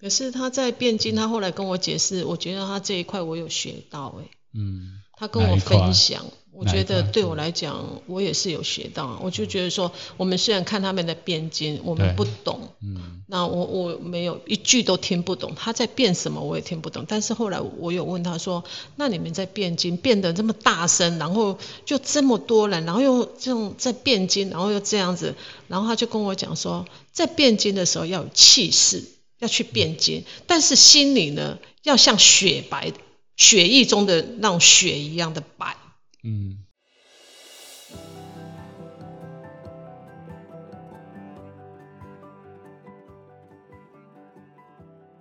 可是他在汴京，他后来跟我解释，我觉得他这一块我有学到、欸，哎，嗯，他跟我哪一块分享，我哪一觉得块对我来讲，我也是有学到啊。我就觉得说，我们虽然看他们的汴京，我们对不懂，嗯，那我我没有一句都听不懂，他在变什么我也听不懂。但是后来我有问他说，那你们在变经变得这么大声，然后就这么多人，然后又这种在变经，然后又这样子，然后他就跟我讲说，在变经的时候要有气势，要去变经，但是心里呢要像雪白血液中的那种雪一样的白。嗯，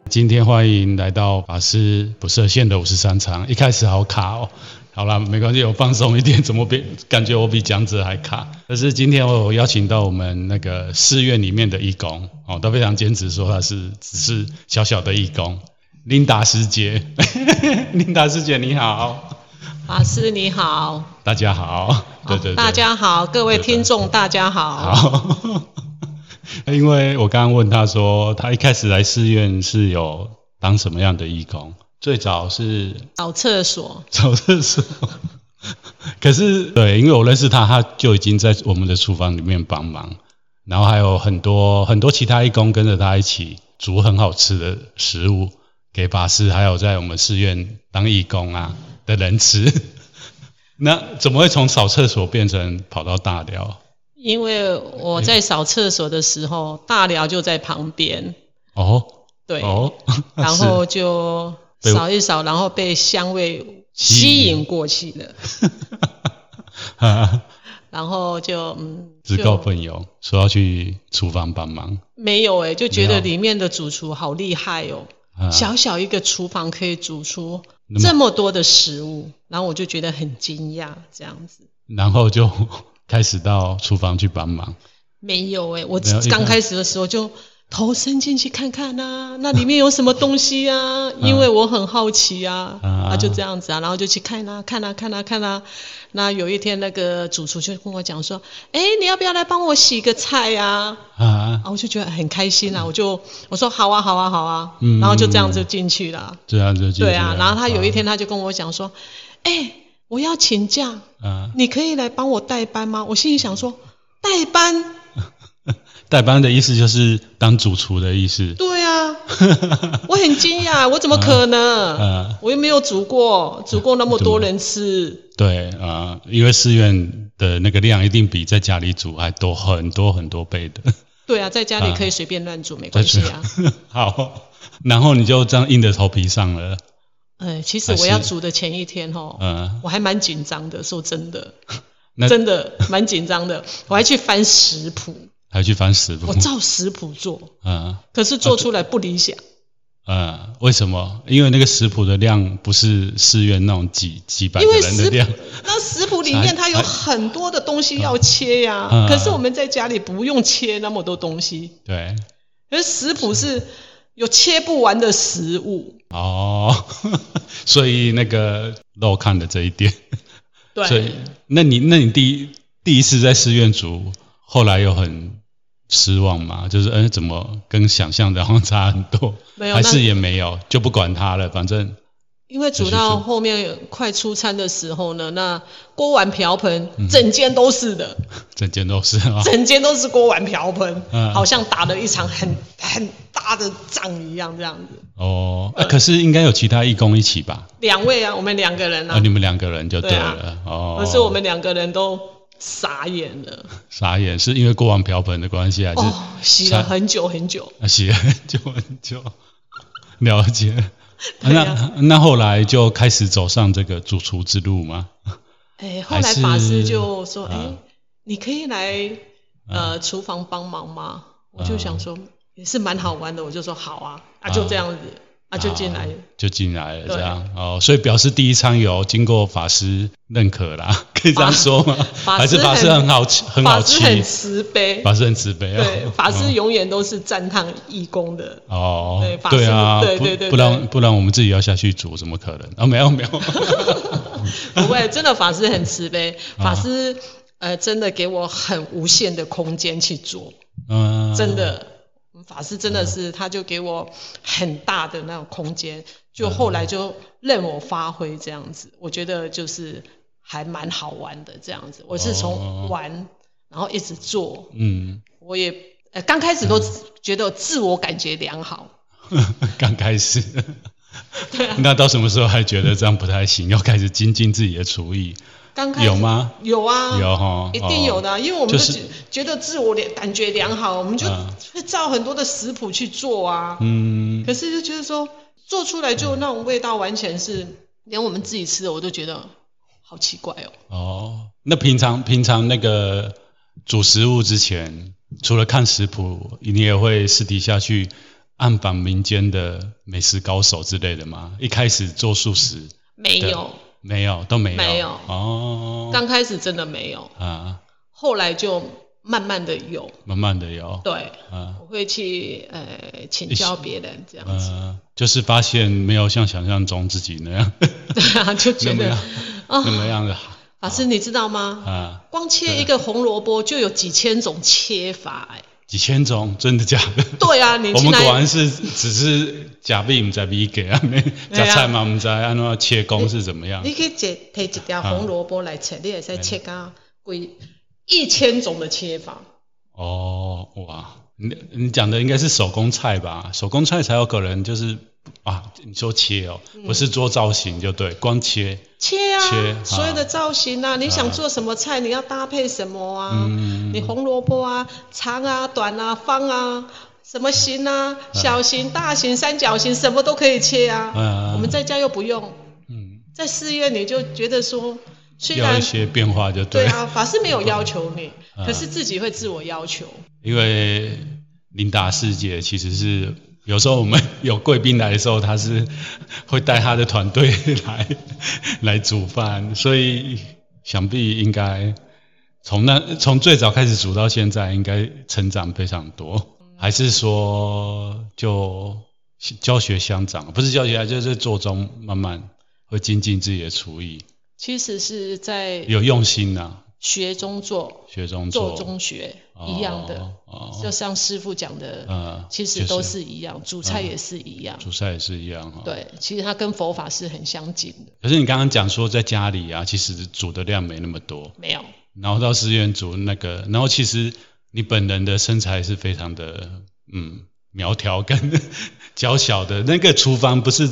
今天欢迎来到法师不设限的五十三场，一开始好卡哦。好啦，没关系，我放松一点。怎么比感觉我比讲者还卡？但是今天我有邀请到我们那个寺院里面的义工哦，他非常坚持说他是只是小小的义工，琳达师姐， 琳达师姐你好，法师你好，大家好，对对对，大家好，各位对对听众大家好。好， 因为我刚刚问他说，他一开始来寺院是有当什么样的义工？最早是找厕所， 早的时候， 可是对，因为我认识他，他就已经在我们的厨房里面帮忙，然后还有很多很多其他义工跟着他一起煮很好吃的食物给法师，还有在我们寺院当义工啊的人吃。 那怎么会从扫厕所变成跑到大寮？因为嗯我在扫厕所的时候，大寮就在旁边，哦，对，哦， 然后就被扫一扫，然后被香味吸吸引引过去了，是然后就嗯，只够就朋友说要去厨房帮忙，没有哎、就觉没得有里面的主厨好厉害哦，啊小小一个厨房可以煮出那么这么多的食物，然后我就觉得很惊讶，这样子然后就开始到厨房去帮忙。没有哎、我没有一般刚开始的时候就。头伸进去看看呐、那里面有什么东西 啊？因为我很好奇啊，啊啊就这样子啊，然后就去看啊看啊看啊看啊。那有一天那个主厨就跟我讲说，哎、你要不要来帮我洗个菜啊？啊，啊，我就觉得很开心啊，我就我说好啊好啊好啊，嗯然后就这样就进去了。这样就进去对啊了，然后他有一天他就跟我讲说，哎、我要请假，啊，你可以来帮我代班吗？我心里想说，代班。代班的意思就是当主厨的意思。 对啊，我很惊讶，我怎么可能？啊，我又没有煮过，煮过那么多人吃，对啊，因为寺院的那个量一定比在家里煮还多很多很多倍 的。对啊，在家里可以随便乱煮， 没关系啊。好，然后你就这样硬着头皮上了。呃，其实还是我要煮的前一天哦，嗯，我还蛮紧张的，说真的那，真的蛮紧张的，我还去翻食谱，还去翻食谱我。照食谱做，嗯可是做出来不理想。嗯，为什么？因为那个食谱的量不是寺院那种几几百因个为人的食量谱。那食谱里面哎它有很多的东西要切呀、嗯嗯可是我们在家里不用切那么多东西。对，而食谱是有切不完的食物，哦， 所以那个漏看的这一点，所以对，那你那你第一第一次在寺院煮，后来有很失望吗？就是嗯、呃怎么跟想象的好像差很多？没有还那是也没有，就不管它了，反正因为煮是到是后面快出餐的时候呢，那锅碗瓢盆嗯整间都是的，整间 都是啊。整间都是锅碗瓢盆，嗯好像打了一场很很大的仗一样这样子。哦、啊可是应该有其他义工一起吧？两位啊，我们两个人啊，啊你，们两个人就对啊了。哦，可是我们两个人都傻眼了，傻眼，是因为锅碗瓢盆的关系，啊还是、哦，洗了很久很久。啊，写很久很久，了解。 对那啊那后来就开始走上这个主厨之路吗？哎，后还来是法师就说：“哎、嗯你可以来呃厨房帮忙吗？”嗯我就想说也是蛮好玩的，我就说好啊，啊就这样子，啊就进来了。就进来了，对这样哦，所以表示第一餐有经过法师认可啦， 可以这样说吗？法还是师法师很很好奇，很好法师奇，很慈悲，法师很慈悲对哦，，法师嗯永远都是赞叹义工的。哦对，法师对啊，对不对对不对然不然我们自己要下去煮，怎么可能？啊，没有没 有，不会，真的法师很慈悲，嗯法师呃真的给我很无限的空间去做，嗯，真的。法师真的是，他就给我很大的那种空间，嗯就后来就任我发挥这样子，我觉得就是还蛮好玩的这样子。我是哦从玩，然后一直做，嗯， 我也呃刚开始都觉得自我感觉良好，刚开始。啊那到什么时候还觉得这样不太行，要开始精进自己的厨艺？刚开始有吗？有啊，有哈一定有的啊、因为我们哦就就是觉觉得自我良感觉良好，我们就嗯会照很多的食谱去做啊。嗯，可是就觉得说做出来就那种味道，完全是连我们自己吃的我都觉得好奇怪哦。哦，那平常平常那个煮食物之前，除了看食谱，你也会私底下去暗访民间的美食高手之类的吗？一开始做素食没对哦有，没有，都没有，没有哦，刚开始真的没有，啊，后来就慢慢的有。慢慢的有，对，啊，我会去呃请教别人这样子，呃，就是发现没有像想象中自己那样 对啊，就那觉么得样啊 那，么样的法师你知道吗？啊，光切一个红萝卜就有几千种切法哎、几千种，真的假的？对啊，你我去们哪果里然是只是假币，唔知币给啊，没假菜嘛，唔知安怎切工是怎么样你可以切摕一条红萝卜来切，你也使切哎啊，规一千种的切法。哦，哇，你你讲的应该是手工菜吧？手工菜才有可能就是啊，你说切哦，嗯不是做造型就对，光切，切啊，切啊所有的造型啊，你想做什么菜，你要搭配什么啊？嗯你红萝卜啊，长啊、短啊、方啊，什么形啊，小型、大型、三角形，什么都可以切啊。嗯我们在家又不用，嗯，在寺院你就觉得说，虽要然一些变化就对对，啊，法师没有要求你，嗯可是自己会自我要求。因为琳达师姐其实是。有时候我们有贵宾来的时候，她是会带她的团队来来煮饭，所以想必应该从那从最早开始煮到现在，应该成长非常多。还是说就教学相长，不是教学，就是做中慢慢会精进自己的厨艺，其实是在有用心呐、啊，学中做，学中做做中学哦一样的，哦就像师傅讲的，嗯其就实是都是一样，煮菜也是一样。煮菜也是一样哈、。对，其实它跟佛法是很相近的，可是你刚刚讲说在家里啊，其实煮的量没那么多，没有然后到寺院煮那个，然后其实你本人的身材是非常的嗯苗条跟 娇小的，那个厨房不是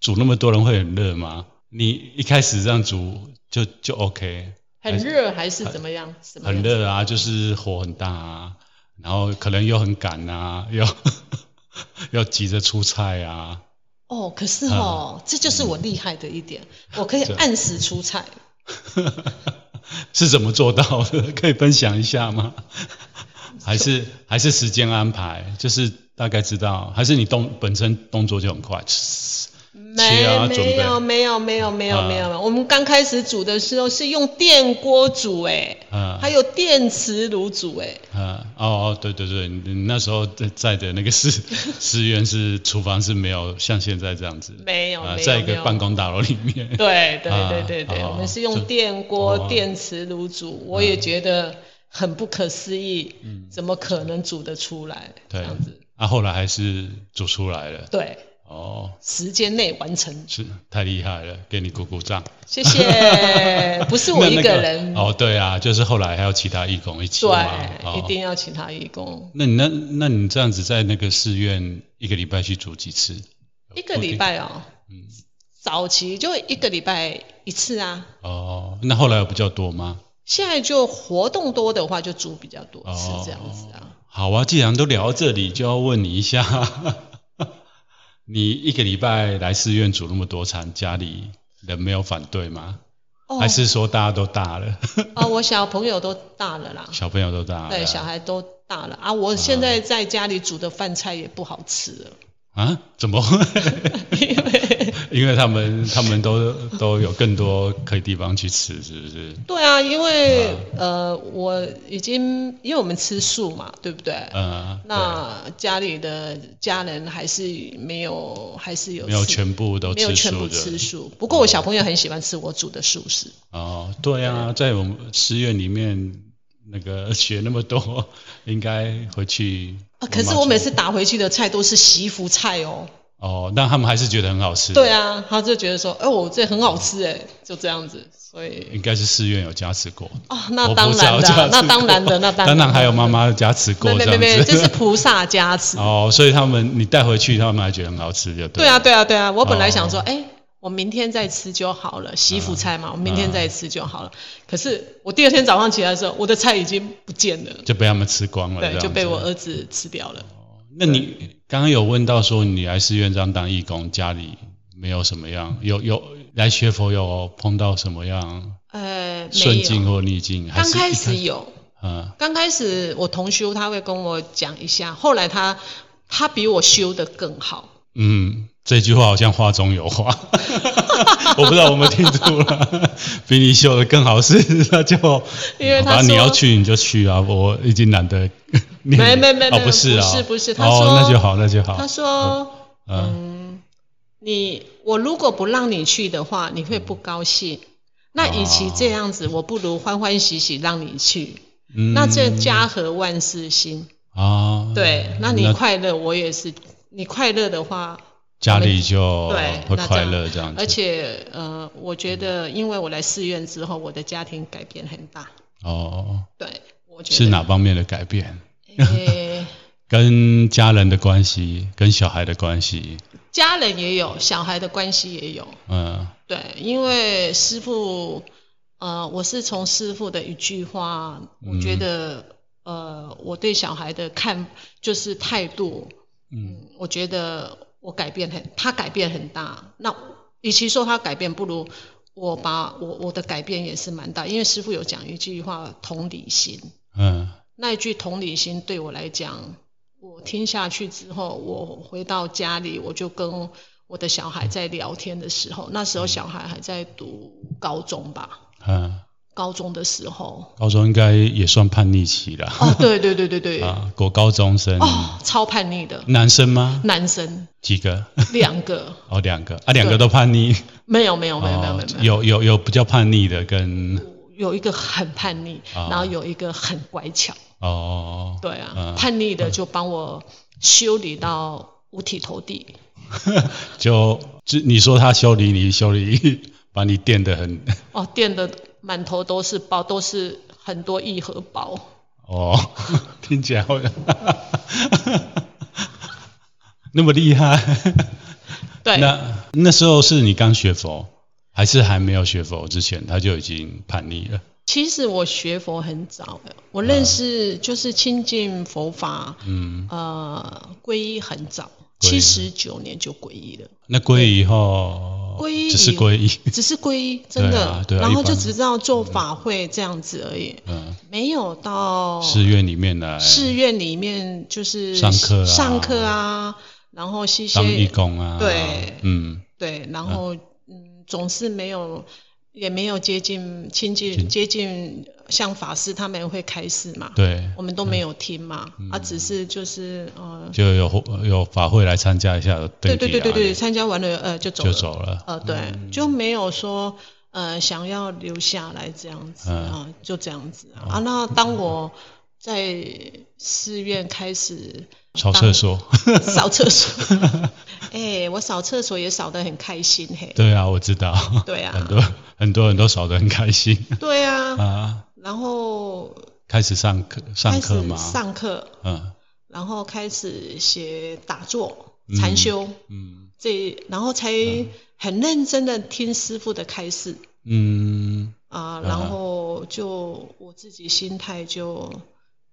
煮那么多人会很热吗？你一开始这样煮就就 OK，很热还是怎么样？什么样很热啊，就是火很大啊，然后可能又很赶啊，又 又急着出菜啊，哦，可是嗯哦，这就是我厉害的一点，我可以这按时出菜。 是怎么做到的？可以分享一下 吗？还是还是时间安排，就是大概知道，还是你动本身动作就很快？嘶没啊准备没有没有没有没有啊没有，我们刚开始煮的时候是用电锅煮，哎，啊还有电磁炉煮，哎，啊哦哦，对对对，你你那时候在在的那个寺 寺院是厨房是没有像现在这样子，没有啊，没有在一没个有办公大楼里 面，对对啊对对对，哦我们是用就电锅哦、电磁炉煮，我也觉得很不可思议，怎么可能煮得出来？这嗯对样子，，啊后来还是煮出来了，对，哦，时间内完成，是太厉害了，给你鼓鼓掌。谢 谢，不是我一个人，那那哦，对啊，就是后来还有其他义工一起嘛对，哦、一定要请他义工，那你那那你这样子在那个寺院一个礼拜去煮几次？一个礼拜哦，嗯，早期就一个礼拜一次啊，哦，那后来有比较多吗？现在就活动多的话就煮比较多次哦，这样子啊。好啊，既然都聊到这里，就要问你一下， 你一个礼拜来寺院煮那么多餐，家里人没有反对吗？哦还是说大家都大了， 哦，我小朋友都大了啦，小朋友都大了？对，小孩都大了啊！我现在在家里煮的饭菜也不好吃了， 啊？怎么 会？因为因为他们他们都都有更多可以地方去吃，是不是？对啊，因为嗯呃，我已经因为我们吃素嘛，对不对？呃，那家里的家人还是没有，还是有对没有吃全部都没有吃全素部的，嗯吃素。不过我小朋友很喜欢吃我煮的素食，哦，对啊，在我们寺院里面，那个学那么多，应该回去。啊，可是我每次打回去的菜都是洗衣服菜哦。哦，但他们还是觉得很好吃。对，啊，他就觉得说，哎、我这很好吃哎，就这样子，所以。应该是寺院有加持过。哦，那嗯我当不知道然的加持啊，过那当然的，那当然。当然还有妈妈加持过没这没样没子。没，这是菩萨加持。 哦，所以他们你带回去，他们还觉得很好吃，就对。对啊，，对啊，对啊，我本来想说，哦嗯哎、我明天再吃就好了，洗衣服菜嘛，我明天再吃就好了。可是我第二天早上起来的时候，我的菜已经不见了，就被他们吃光了。哦这对，样就被子哦我呃儿子吃掉了。那你刚刚有问到说你来寺院这样当义工，家里没有什么样，有有来学佛有碰到什么样呃，没顺境有，或逆境？还刚是开一始有，嗯刚开始我同修他会跟我讲一下，后来他他比我修的更好。嗯，这句话好像话中有话， 我不知道我们听出了，比你修的更好是 那就，因为他好说吧你要去你就去啊，我已经懒得念了。没没没没哦不是啊，不是不是他哦说那就好那就好，他说，嗯嗯，你我如果不让你去的话，你会不高兴。嗯那与其这样子，我不如欢欢喜喜让你去。嗯那这家和万事兴，啊对，那你快乐，我也是。你快乐的话，家里就对会那快这样乐这样子，而且呃，我觉得因为我来寺院之后，我的家庭改变很大。哦，对，我觉得是哪方面的改变？ 诶跟家人的关系，跟小孩的关系，家人也有，小孩的关系也有。嗯对，因为师傅，呃，我是从师傅的一句话，我觉得，呃，我对小孩的看就是态度，嗯，嗯，我觉得我改变很，他改变很大。那与其说他改变，不如我把我我的改变也是蛮大，因为师傅有讲一句话，同理心。嗯那一句同理心对我来讲，我听下去之后，我回到家里，我就跟我的小孩在聊天的时候，那时候小孩还在读高中吧，嗯，，高中的时候 高中应该也算叛逆期了，哦，对对对对对，啊，国高中生，哦，超叛逆的，男生吗？男生几个？两个，哦，两个啊，两个都叛逆，没有没有没有没有哦没有，没有有有有比较叛逆的跟有一个很叛逆，啊然后有一个很乖巧，哦，对啊嗯，叛逆的就帮我修理到五体投地，就就你说他修理你，修理把你电得很，哦，电的满头都是包，都是很多亿荷包。哦， 听起来好像那么厉害。对， 那那时候是你刚学佛，还是还没有学佛之前，他就已经叛逆了？其实我学佛很早的，我啊认识就是亲近佛法，嗯，呃，皈依很早，皈七依十九年就皈依了，那皈依以后，皈依哦只是以皈依，只是皈依真的，对啊对啊然后一般就只知道做法会这样子而已，嗯，没有到寺院里面来寺院里面就是上课啊上课啊，然后吸些当义工啊，对嗯，对，然后嗯，总是没有，也没有接近亲近亲接近，像法师他们会开示嘛，对，嗯我们都没有听嘛，啊，只是就是呃，就有有法会来参加一下，对对对对对，登记参加完了呃就走啊就了，走了，嗯呃对，就没有说呃想要留下来这样子嗯啊，就这样子啊，啊那当我在寺院开始扫厕所，扫厕所，哎，我扫厕所也扫得很开心嘿， 对啊，我知道，对啊很多很多人都扫得很 开心对啊。啊，然后开始上课上开课始嘛，上课，嗯然后开始写打坐嗯、禅修，嗯这然后才很认真的听师傅的开示嗯，啊、嗯然后就我自己心态就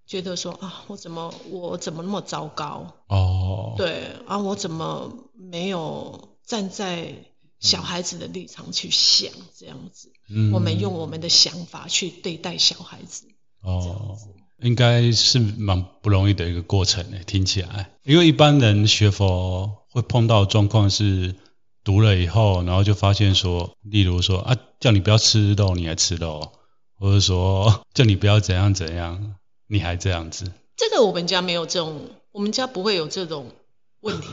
觉得说啊，我怎么我怎么那么糟糕？哦，对啊，我怎么没有站在小孩子的立场去想这样子？嗯，我们用我们的想法去对待小孩子。哦，应该是蛮不容易的一个过程诶，听起来，因为一般人学佛会碰到的状况是读了以后，然后就发现说，例如说啊，叫你不要吃肉，你还吃肉，或者说叫你不要怎样怎样，你还这样子，这个我们家没有这种，我们家不会有这种问 题。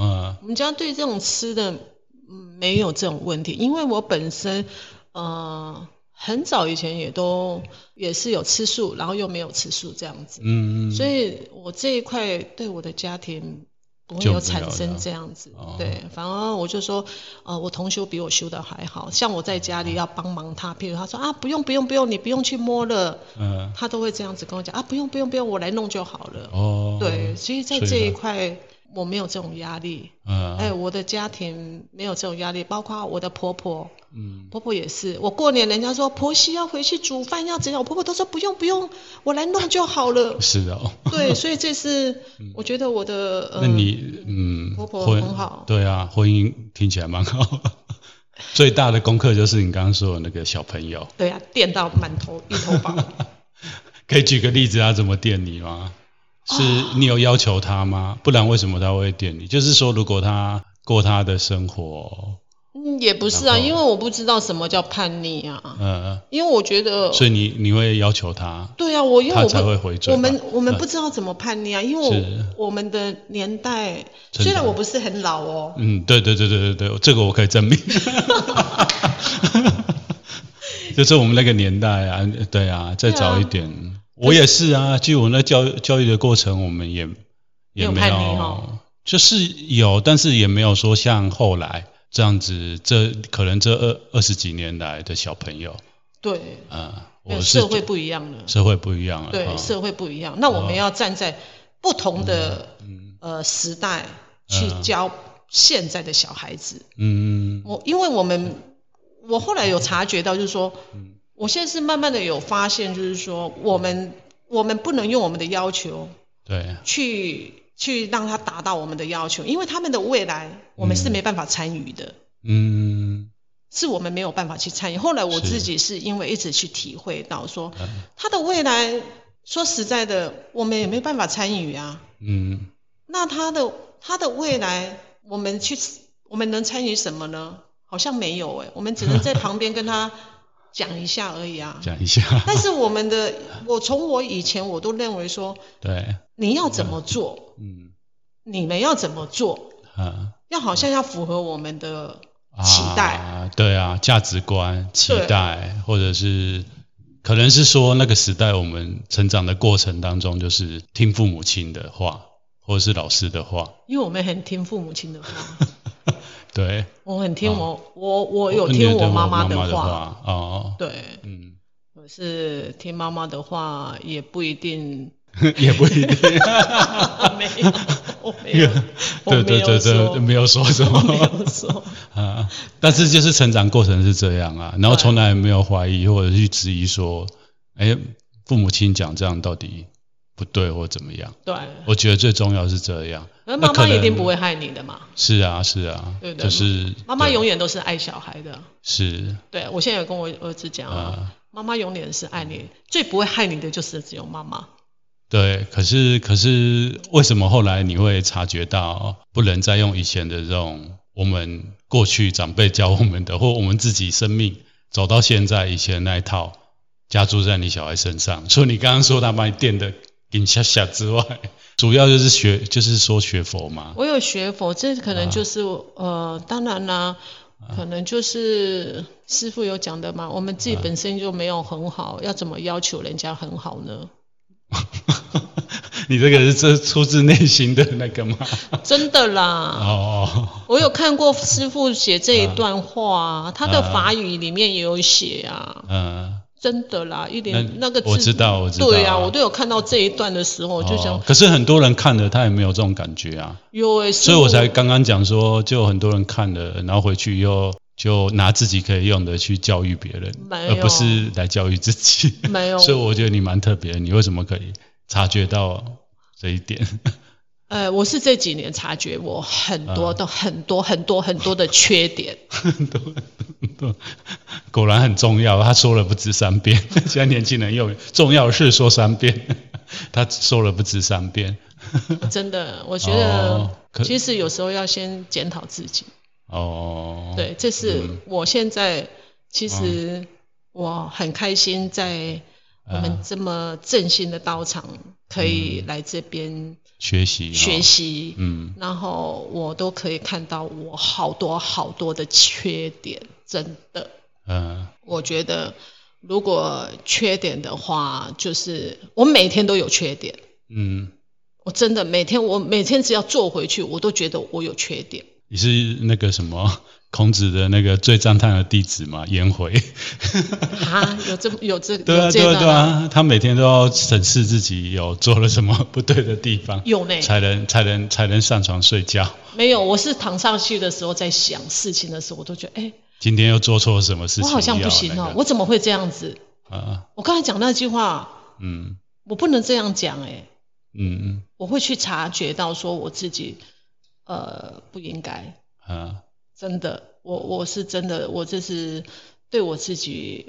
嗯我们家对这种吃的，嗯，没有这种问题，因为我本身，呃，很早以前也都也是有吃素，然后又没有吃素这样子，嗯，所以我这一块对我的家庭不会就有不了产生了这样子哦，对，反而我就说，呃，我同修比我修的还好，像我在家里要帮忙他，譬如他说啊，不用不用不用，你不用去摸了，嗯，他都会这样子跟我讲啊，不用不用不用，我来弄就好了。哦，对，所以在所以这一呢块我没有这种压力，嗯，哎，我的家庭没有这种压力，包括我的婆婆，嗯，。婆婆也是，我过年人家说婆媳要回去煮饭要怎样，我婆婆都说不用不用，我来弄就好了 是的哦。对，所以这是我觉得我的呃，嗯那你嗯，婆婆婚很好对啊，婚姻听起来蛮好。 最大的功课就是你刚刚说的那个小朋友，对啊，电到满头一头 包。可以举个例子，啊他怎么电你吗？是你有要求他吗？不然为什么他会电你？就是说，如果他过他的生活，嗯，也不是啊，然后因为我不知道什么叫叛逆啊，呃，因为我觉得所以你你会要求他，对啊，我因为他我才不会回追我吧们我们嗯不知道怎么叛逆啊，因为是我我们的年代真的虽然我不是很老哦，嗯，对对对对对对，这个我可以证 明。就是我们那个年代啊，对啊，再早一点，我也是啊。据我那教教育的过程，我们也也有没叛有，逆哦就是有，但是也没有说像后来这样子，这可能这二二十几年来的小朋友，对，嗯，没我有是社会不一样了，社会不一样了，对，啊社会不一样，那我哦们要站在不同的呃时代去嗯教现在的小孩子，嗯嗯我因为我们我后来有察觉到，就是说，我现在是慢慢的有发现，就是说我们我们不能用我们的要求对，去去让他达到我们的要求，因为他们的未来我们是没办法参与的，嗯是我们没有办法去参与。后来我是自己是因为一直去体会到说嗯，他的未来说实在的，我们也没办法参与啊。嗯，那他的他的未来，我们去我们能参与什么呢？好像没有哎、我们只能在旁边跟他讲一下而已啊。讲一下，但是我们的，我从我以前我都认为说， 对，你要怎么做，嗯你们要怎么做，啊。要好像要符合我们的期待。啊，对啊，价值观、期对待，或者是可能是说那个时代我们成长的过程当中，就是听父母亲的话，或者是老师的话，因为我们很听父母亲的 话，对，我很听我、我我有啊哦你也听对我我妈妈妈的的话，哦，对，嗯，可是听妈妈的话也不一 定，哦嗯也不一定，没有， 我没有，我 对没对有对说对，没有说什我没 么有说，啊，但是就是成长过程是这样啊，然后从来没有怀疑或者去质疑说，哎，父母亲讲这样到底不对或怎么样。对，我觉得最重要是这样。而那妈可妈能一定不会害你的嘛，是啊，是啊，对的就是妈妈对永远都是爱小孩的。是对我现在有跟我儿子讲啊啊，妈妈永远是爱你，最不会害你的就是只有妈妈。对。可是可是为什么后来你会察觉到不能再用以前的这种我们过去长辈教我们的，或我们自己生命走到现在以前那一套加注在你小孩身上？除了你刚刚说他把你电的给你吓吓之外，主要就是学就是说学佛嘛， 我有学佛，这可啊能就是呃，当然啦、可能就是师傅有讲的嘛，我们啊自己本身就没有很好，要怎么要求人家很好呢？你这个是这出自内心的那个吗？真的啦。哦。我有看过师傅写这一段话、啊，他的法语里面也有写啊，嗯，真的啦，一点那那个字我知道我知道对啊，我都有看到这一段的时候，我就想，嗯哦可是很多人看了他也没有这种感觉啊，有诶、师所以父我才刚刚讲说，就很多人看了，然后回去又就拿自己可以用的去教育别人，没有而不是来教育自己。没有，所以我觉得你蛮特别的，你为什么可以察觉到这一点？ 呃，我是这几年察觉我很啊多的、很多很多很多的缺点，果然很重要，他说了不止三遍。 现在年轻人又重要的事说三遍， 他说了不止三遍。 真的，我觉得哦可其实有时候要先检讨自己，哦，对，这是我现在其实我很开心在。我们这么振兴的道场，可以来这边学习、哦，学，习，嗯，然后我都可以看到我好多好多的缺点，真的，嗯、我觉得如果缺点的话，就是我每天都有缺点，嗯，我真的每天我每天只要坐回去，我都觉得我有缺点。你是那个什么 孔子的那个最赞叹的弟子嘛，颜回。啊，有这有这对啊，有这对个啊，对啊，他每天都要审视自己有做了什么不对的地方，有呢，才能才能才能上床睡觉。没有，我是躺上去的时候在想事情的时候，我都觉得，哎、今天又做错什么事我情？好像不行哦、要那个我怎么会这样子？啊，我刚才讲那句话，嗯我不能这样讲，哎，嗯我会去察觉到说我自己，呃，不应该，嗯啊，真的，我我是真的，我这是对我自己，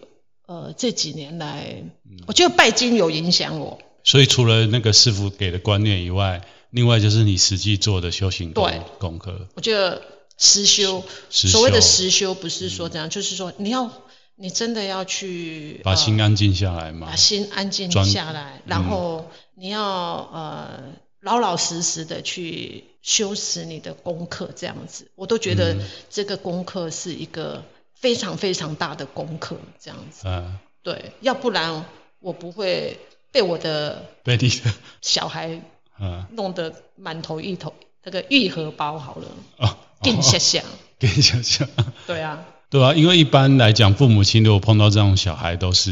呃，这几年来，嗯我觉得拜金有影响我，所以除了那个师傅给的观念以外，另外就是你实际做的修行功对功课。我觉得实修，实所谓的修实修不是说这样，就是说你要你真的要去把呃心安静下来嘛把，心安静专嗯下来，然后你要呃老老实实的去修持你的功课，这样子，我都觉得这个功课是一个非常非常大的功课，这样子，嗯，对，要不然我不会被我的被你的，小孩嗯，弄得满头一头那个玉荷包好 了，哦，更哦想想，给你想想，对啊，对啊，因为一般来讲，父母亲如果碰到这种小孩，都是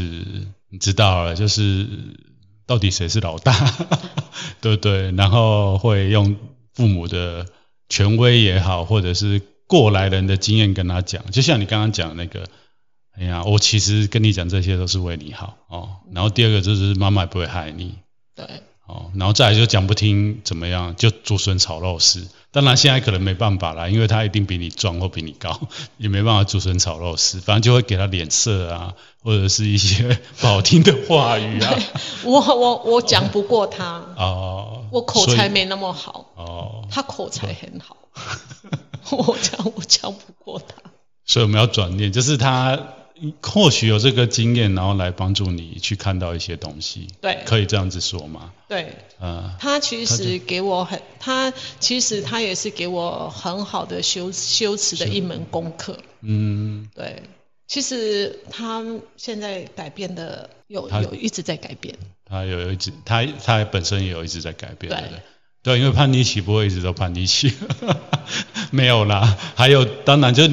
你知道了，就是到底谁是老大， 对不对？然后会用父母的权威也好，或者是过来人的经验跟他讲，就像你刚刚讲那个。哎呀，我其实跟你讲这些都是为你好哦。然后第二个就是妈妈也不会害你，对，哦，然后再来就讲不听怎么样，就竹笋炒肉丝。当然现在可能没办法啦，因为他一定比你壮或比你高，也没办法竹笋炒肉丝。反正就会给他脸色啊，或者是一些 不好听的话 语啊。我我我讲不过他，哦， 我口才所以没那么好。哦，他口才很好， 我讲我讲不过他。所以我们要转念，就是他或许有这个经验，然后来帮助你去看到一些东西，对可以这样子说吗？对，嗯他其实给我很，他其实他也是给我很好的修修持的一门功课。嗯，对，其实他现在改变的有他有一直在改变。他有一直，他他本身也有一直在改变，对对不对？对，因为叛逆期不会一直都叛逆期， 没有啦。还有，当然就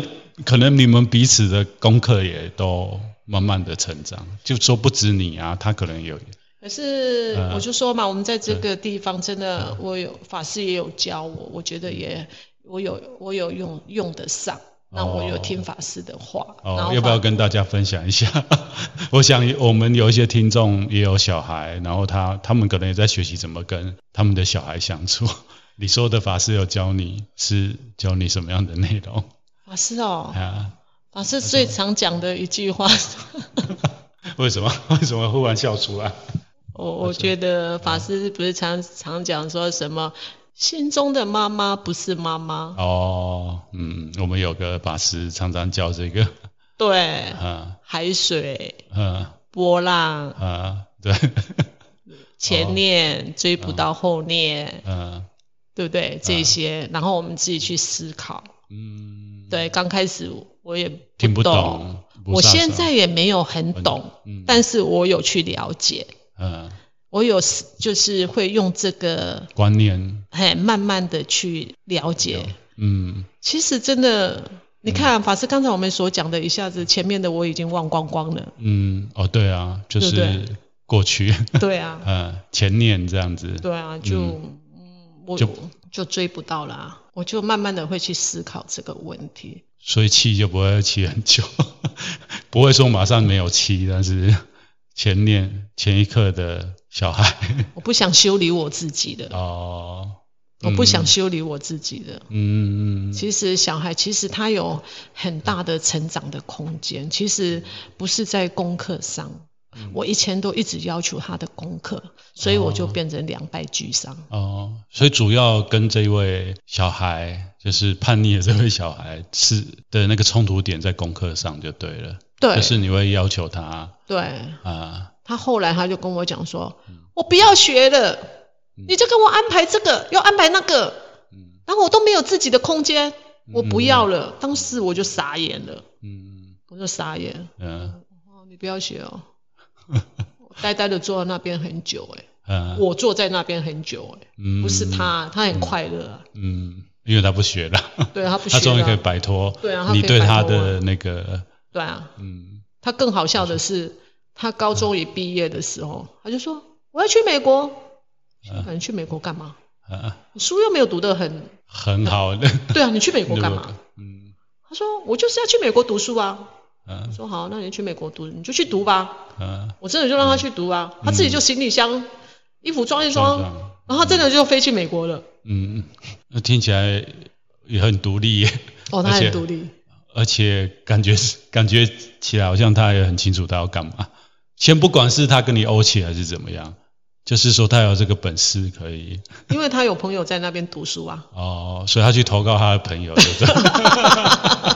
可能你们彼此的功课也都慢慢的成长，就说不止你啊，他可能有，可是嗯我就说嘛，我们在这个地方真的，我有法师也有教我，我觉得也我有我有用用得上。那我有听法师的话，然哦后，要不法要跟大家分享一下？ 我想我们有一些听众也有小孩，然后他他们可能也在学习怎么跟他们的小孩相处。 你说的法师有教你是教你什么样的内容 法师哦？啊？法师最常讲的一句 话，为什么？ 为什么忽然笑出来？我我觉得法师不是常常讲说什么心中的妈妈不是妈妈，哦，嗯，我们有个法师常常教这个， 对，啊海水、啊波浪、啊，对， 哦前念追嗯不到后念，啊，对不对？这些，然后我们自己去思考。嗯，对，刚开始我也听不懂，懂，我现在也没有很不懂，，嗯，但是我有去了解，嗯，我有思就是会用这个，观念，嘿，慢慢的去了解。嗯，其实真的，你看、啊法师刚才我们所讲的，一下子前面的我已经忘光光了。嗯，哦，对啊，就对不是过去， 对啊，呃，前念这样子，对啊，就、嗯、我就就追不到啦。我就慢慢的会去思考这个问题。所以气就不会气很久， 不会说马上没有气，但是前念前一刻的小孩， 我不想修理我自己的，哦，我不想修理我自己的。嗯，嗯，其实小孩其实他有很大的成长的空间，其实不是在功课上。嗯我以前都一直要求他的功课，所以我就变成两败俱伤。哦，所以主要跟这位小孩，就是叛逆的这位小孩是的那个冲突点在功课上就对了，对就是你会要求他啊、对，他后来他就跟我讲说，我不要学了，嗯你就给我安排这个，又安排那个，嗯然后我都没有自己的空间，我不嗯要了。当时我就傻眼了，嗯我就傻眼。嗯、哦，你不要学 哦，我呆呆的坐在那边很久哎、嗯我坐在那边很久哎、嗯不是他，他很快乐啊，嗯，因为他不学了，对啊他不学嗯他了，终于可以摆脱对啊他可以你对摆他脱啊的那个对啊，嗯他更好笑的是，他高中一毕业的时候，他就说我要去美国，嗯嗯，你去美国干嘛？呃你书又没有读得很，很好的， 对啊，你去美国干嘛？嗯他说我就是要去美国读书啊。我嗯说好，那你去美国读，你就去读吧。嗯，我真的就让他去读啊，他自己就行李箱、衣服装一装装一装，然后他真的就飞去美国了。嗯，那听起来也很独立耶，哦，他而且很独立，而且感觉 是感觉起来好像他也很清楚他要干嘛。先不管是他跟你欧起还是怎么样，就是说他有这个本事可以因为他有朋友在那边读书啊。哦，所以他去投靠他的 朋友，对不对？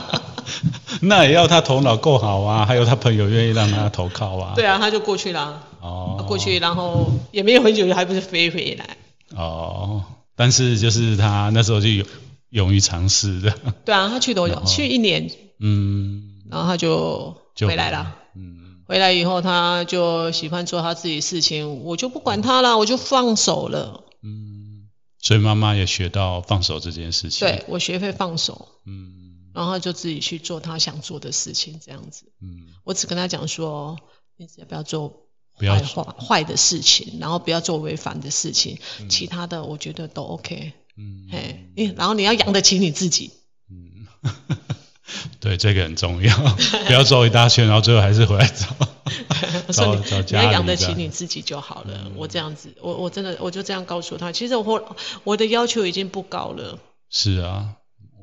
那也要他头脑够好啊，还有他朋友愿意让他投靠 啊。对啊，他就过去啦，哦，过去，然后也没有很久，还不是飞回来。哦，但是就是他那时候就勇勇于尝试 的，对啊，他去多久？去一年，嗯，然后他就就回来了。，嗯回来以后，他就喜欢做他自己事情，我就不管他了，我就放手了。嗯，所以妈妈也学到放手这件事情，对，我学会放手，嗯然后就自己去做他想做的事情，这样子。嗯，我只跟他讲说，你只要不要做不要坏话坏的事情，然后不要做违反的事情，其他的我觉得都 OK。嗯嘿，你然后你要养得起你自己。嗯， 对，这个很重要，不要绕一大圈，然后最后还是回来找。我说找你找你家要里养得这起样嗯你自己就好了。我这样子，我我真的我就这样告诉他。其实我后我的要求已经不高了。是啊，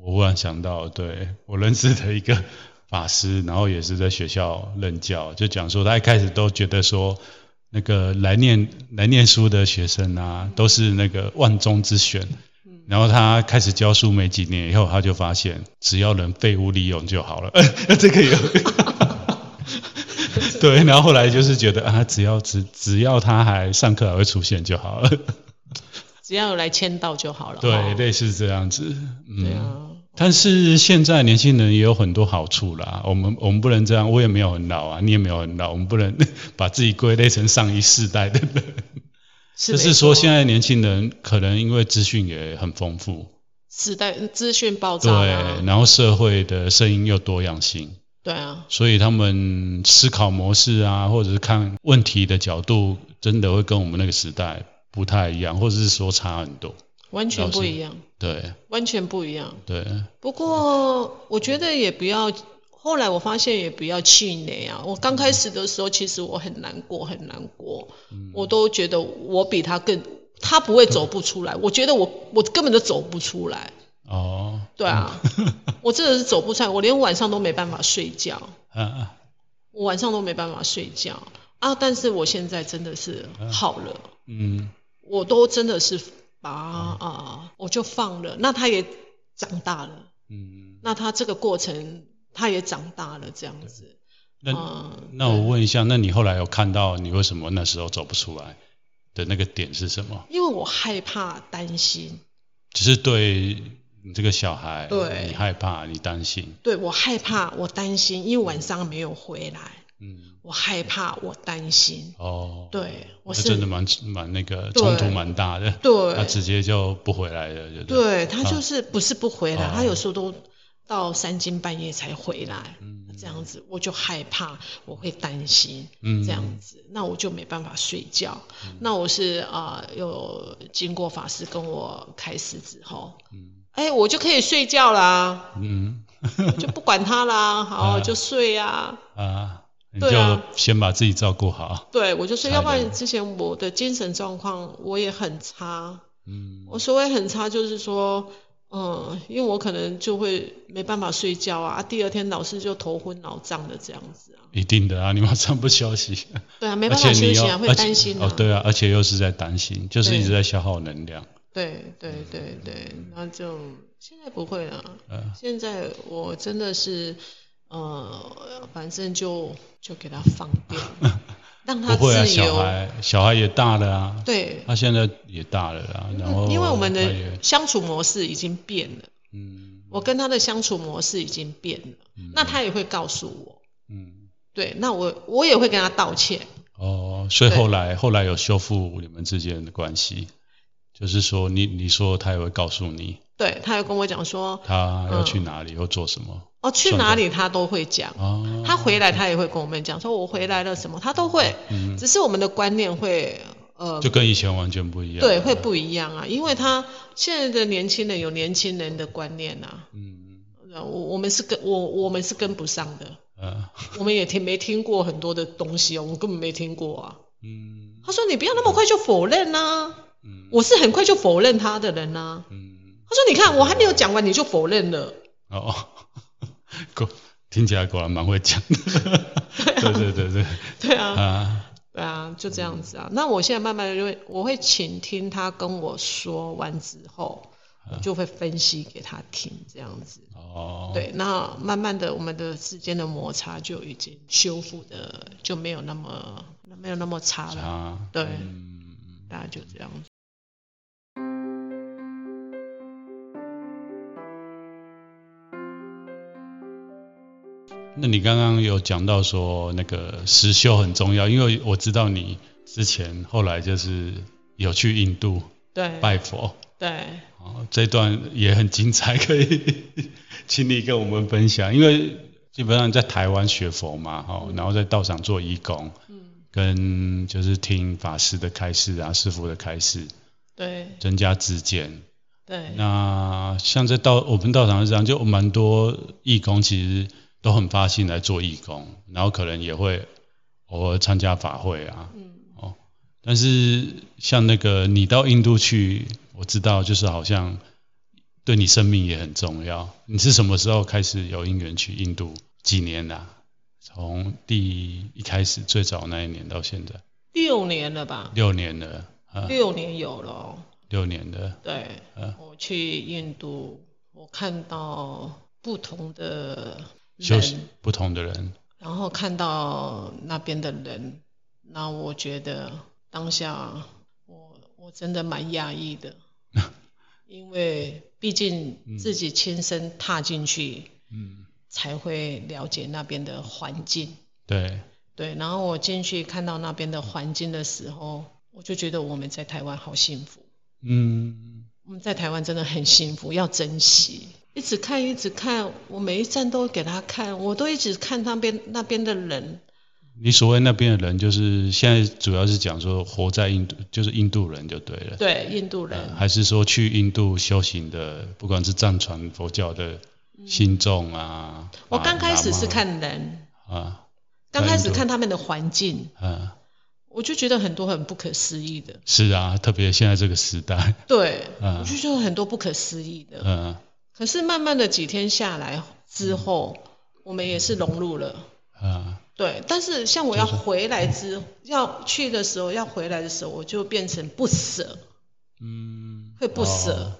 我忽然想到，对我认识的一个法师，然后也是在学校任教，就讲说他一开始都觉得说。那个来念来念书的学生啊，都是那个万中之选。然后他开始教书没几年以后，他就发现只要能废物利用就好了。 这个有，对。然后后来就是觉得啊，只要只只要他还上课还会出现就好了。 只要有来签到就好了。对，哦类似这样子。嗯、对啊，但是现在年轻人也有很多好处啦，我们我们不能这样，我也没有很老啊，你也没有很老，我们不能 把自己归类成上一世代的人。是就没是说，错现在年轻人可能因为资讯也很丰富，时代资讯爆炸对啊，，然后社会的声音又多样性，对啊，所以他们思考模式啊，或者是看问题的角度，真的会跟我们那个时代不太一样，或者是说差很多。完全不一样，对完全不一样。对，不过我觉得也不要，后来我发现也不要气馁啊。我刚开始的时候，其实我很难过，很难过，嗯我都觉得我比他更，他不会走不出来。我觉得我我根本就走不出来，哦，对啊， 我真的是走不出来，我连晚上都没办法睡觉，啊，我晚上都没办法睡觉啊。但是我现在真的是好了。嗯我都真的是把啊，我就放了。那他也长大了，嗯，那他这个过程他也长大了，这样子。那嗯，那我问一下，那你后来有看到你为什么那时候走不出来的那个点是什么？因为我害怕担心，只是对你这个小孩，对你害怕，你担心，对我害怕，我担心，因为晚上没有回来，嗯，我害怕，我担心。哦，，对，我那是真的蛮蛮那个对冲突蛮大的，他对，直接就不回来了，就，对他就是不是不回来，哦他有时候都到三更半夜才回来，这样子我就害怕，我会担心。嗯，这样子，那我就没办法睡觉。那我是啊、呃有经过法师跟我开示之后，嗯，哎、我就可以睡觉 啦，嗯我就不管他啦，好啊就睡啊。啊，你对啊就先把自己照顾好，对，我就睡，才要不然能之前我的精神状况我也很差。嗯，我所谓很差，就是说，嗯，因为我可能就会没办法睡觉啊，啊第二天老是就头昏脑胀的这样子啊。一定的啊，你晚上不休息，对啊，没而办且法休你息要，啊，会而且担心啊。哦，对啊，而且又是在担心，就是对一直在消耗能量，对对对对，那就现在不会了。呃，现在我真的是，呃，反正就就给他放 掉，让他不会啊，自由。小孩小孩也大了啊，对，他现在也大了啦，然后嗯因为我们他也的相处模式已经变了，嗯我跟他的相处模式已经变了，那他也会告诉我。嗯对，那我我也会跟他道歉。哦，所以后来后来有修复你们之间的关系，就是说你你说他也会告诉你对，他又跟我讲说，他要去哪里，要做什么哦，去哪里他都会讲。哦，他回来，他也会跟我们讲，说我回来了什么，他都会，只是我们的观念会，呃，嗯就跟以前完全不一样。对，会不一样啊，因为他现在的年轻人有年轻人的观念啊，嗯呃我我们是跟我我们是跟不上的，呃我们也听没听过很多的东西哦，我们根本没听过啊。嗯他说你不要那么快就否认啊，嗯我是很快就否认他的人啊。嗯他说你看我还没有讲完你就否认了，哦， 果听起来果然蛮会讲的。 对对对对对啊。啊，对啊，就这样子啊。那我现在慢慢的就会，我会倾听他跟我说完之后，我就会分析给他听，这样子。嗯哦，对，那慢慢的我们的之间的摩擦就已经修复的就没有那么没有那么差了，啊，对嗯大概就这样子。那你刚刚有讲到说那个实修很重要，因为我知道你之前后来就是有去印度对拜佛，对，哦，这段也很精彩，可以请你跟我们分享，因为基本上在台湾学佛嘛，哦，然后在道场做义工，嗯跟就是听法师的开示啊，师傅的开示，对增加自见。对那像在道我们道场是这样，就蛮多义工其实都很发心来做义工，然后可能也会偶尔参加法会啊。嗯哦，但是像那个你到印度去，我知道就是好像对你生命也很重要。你是什么时候开始有因缘去印度？几年啦、从第一开始最早那一年到现在，六年了吧，六年了，啊，六年有了哦。六年了，对，嗯我去印度，我看到不同的修人，行不同的人，然后看到那边的人，那我觉得当下我我真的蛮压抑的，因为毕竟自己亲身踏进去，嗯，才会了解那边的环境。对，对，然后我进去看到那边的环境的时候，我就觉得我们在台湾好幸福。嗯，我们在台湾真的很幸福，要珍惜。一直看，一直看，我每一站都给他看，我都一直看那边那边的人。你所谓那边的人，就是现在主要是讲说活在印度，就是印度人就对了。呃对，印度人，还是说去印度修行的，不管是藏传佛教的信众啊，我啊刚开始是喇嘛看人，啊刚开始看他们的环境，啊，我就觉得很多很不可思议的。是啊，特别现在这个时代， 对，嗯我就觉得很多不可思议的。嗯可是慢慢的几天下来之后，我们也是融入了。啊对，但是像我要回来之，要去的时候，要回来的时候，我就变成不舍，嗯，会不舍。哦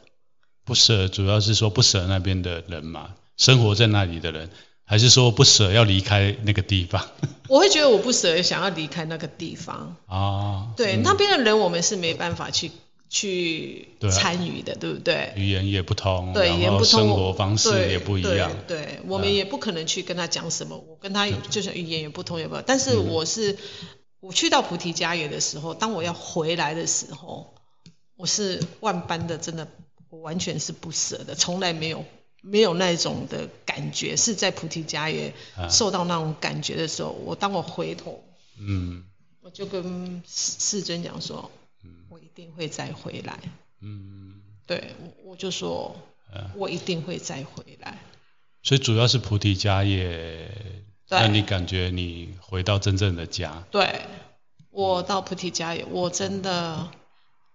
不舍主要是说不舍那边的人嘛，生活在那里的人，还是说不舍要离开那个地方 我会觉得我不舍，想要离开那个地方。啊？对，嗯那边的人我们是没办法去去对啊参与的，对不对？语言也不通，对，然言后不通，生活方式对也不一样，嗯对，对我们也不可能去跟他讲什么，我跟他就是语言也不通，也不。但嗯是我是、我去到菩提伽耶的时候，当我要回来的时候，我是万般的，真的我完全是不舍的，从来没有。没有那种的感觉，是在菩提伽耶啊受到那种感觉的时候，我当我回头，嗯我就跟世世尊讲说，我一定会再回来。嗯。对，我我就说，嗯我一定会再回来。所以主要是菩提家业，对让你感觉你回到真正的家。对，我到菩提伽耶，我真的，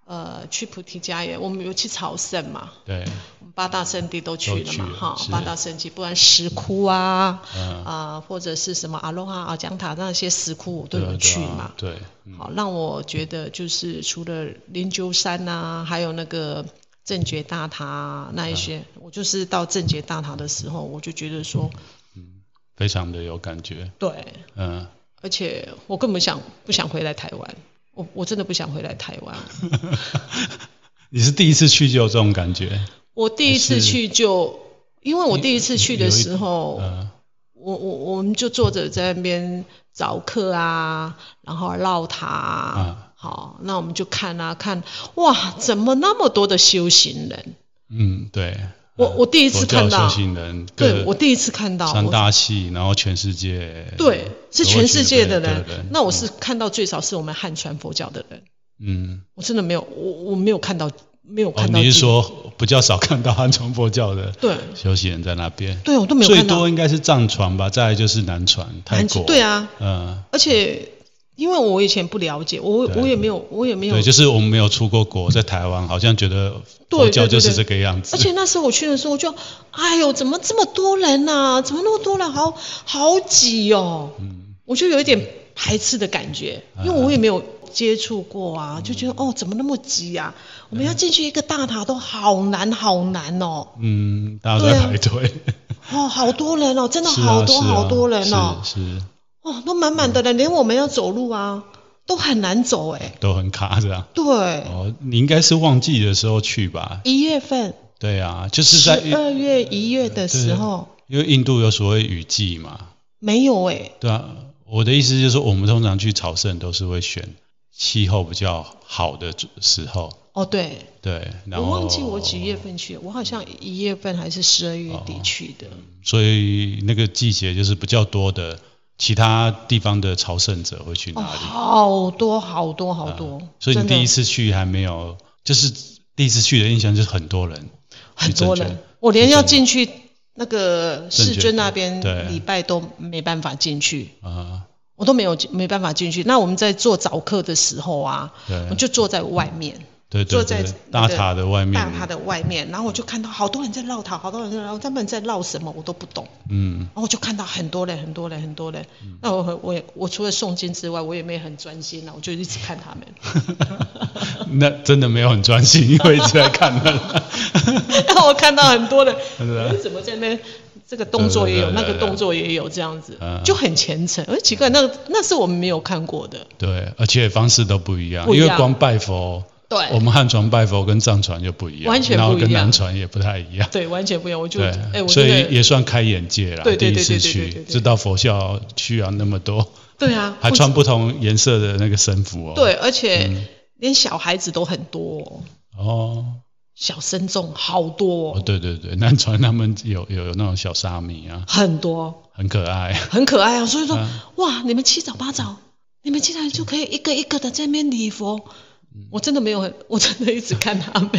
呃，去菩提伽耶，我们有去朝圣嘛，对，我们八大圣地都去了嘛都去，了哈是，八大圣地，不然石窟啊，嗯，啊、或者是什么阿罗哈、阿江塔那些石窟，我都对啊有去对啊嘛。对，嗯好，让我觉得就是除了灵鹫山呐、还有那个正觉大塔啊那一些，嗯我就是到正觉大塔的时候，我就觉得说，非常的有感觉。对，嗯， 而且我根本想不想回来台湾，我我真的不想回来台湾。你是第一次去就有这种感觉？哦我第一次去就，因为我第一次去的时候，嗯我我我们就坐着在那边找课啊，然后绕塔啊，好，那我们就看啊看，哇，怎么那么多的修行人？嗯，对。我我第一次佛教看到修，行人，对各我第一次看到，三我大系，然后全世界对是都全会世觉界得的对人对对，那我是看到最少是我们汉传佛教的人，嗯，我真的没有，我我没有看到，没有哦，看到你几个。是说比较少看到汉传佛教的对修行人在那边？对，我都没有最看到多。应该是藏传吧，再来就是南传、泰南国。对，啊，嗯，而且因为我以前不了解，我对我也没有，我也没有对，。就是我们没有出过国，在台湾好像觉得对佛对教对就是对这个样子。而且那时候我去的时候，我就，哎呦，怎么这么多人呐、怎么那么多人，啊好好挤哦。嗯，我就有一点排斥的感觉，因为我也没有接触过嗯啊，就觉得哦，怎么那么挤啊？我们要进去一个大塔都好难好难哦，嗯，大家都在对啊排队，哦，好多人哦，真的 是啊好多是啊好多人哦，是是哦，都满满的人，连我们要走路啊，都很难走哎、都很卡这样。对，哦，你应该是旺季的时候去吧？一月份，对啊，就是十在二月一月的时候因为印度有所谓雨季嘛，没有哎、对啊，我的意思就是说，我们通常去朝圣都是会选气候比较好的时候，哦对，对，然我后忘记我几月份去，我好像一月份还是十二月底去的，所以那个季节就是比较多的其他地方的朝圣者会去哦，哪里？啊好多好多好多，所以你真的第一次去还没有，就是第一次去的印象就是很多人，很多去政人权，我连要进去那个世尊那边政权对礼拜都没办法进去，啊、我都没有没办法进去。那我们在做早课的时候啊，对我就坐在外面，对坐对在对，那大个塔的外面，大他的外面，然后我就看到好多人在绕塔，好多人在绕，他们在绕什么我都不懂。嗯，然后我就看到很多人，很多人，很多人。那我很我也我除了诵经之外，我也没有很专心啊，我就一直看他们。 那真的没有很专心，因为一直在看人， 然后我看到很多人，真的你怎么在那边这个动作也有，啊对对对那对个动作也有，这样子嗯就很虔诚。而奇怪，那个那是我们没有看过的。对，而且方式都不一样，不一因样为光拜佛，我对，们汉传拜佛跟藏传就不一样，完全然后不一样跟南传也不太一样。对，完全不一样。我就对，哎，我所真以的也算开眼界了。对对第一对对对次对对去，对对知道佛教需要那么多，对啊，还不穿不同颜色的那个神服哦。对，而且连小孩子都很多哦，哦，小僧众好多哦，哦，对对对，南传他们有有有那种小沙弥啊，很多。很可爱。 很可爱啊。所以说，嗯哇，你们七早八早，你们进来就可以一个一个的在那边礼佛。我真的没有很，我真的一直看 他们。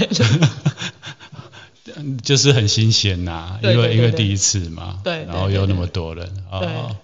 嗯就是很新鲜呐、对因为对对因为对第一次嘛，对对然后对又对那么多人，对哦，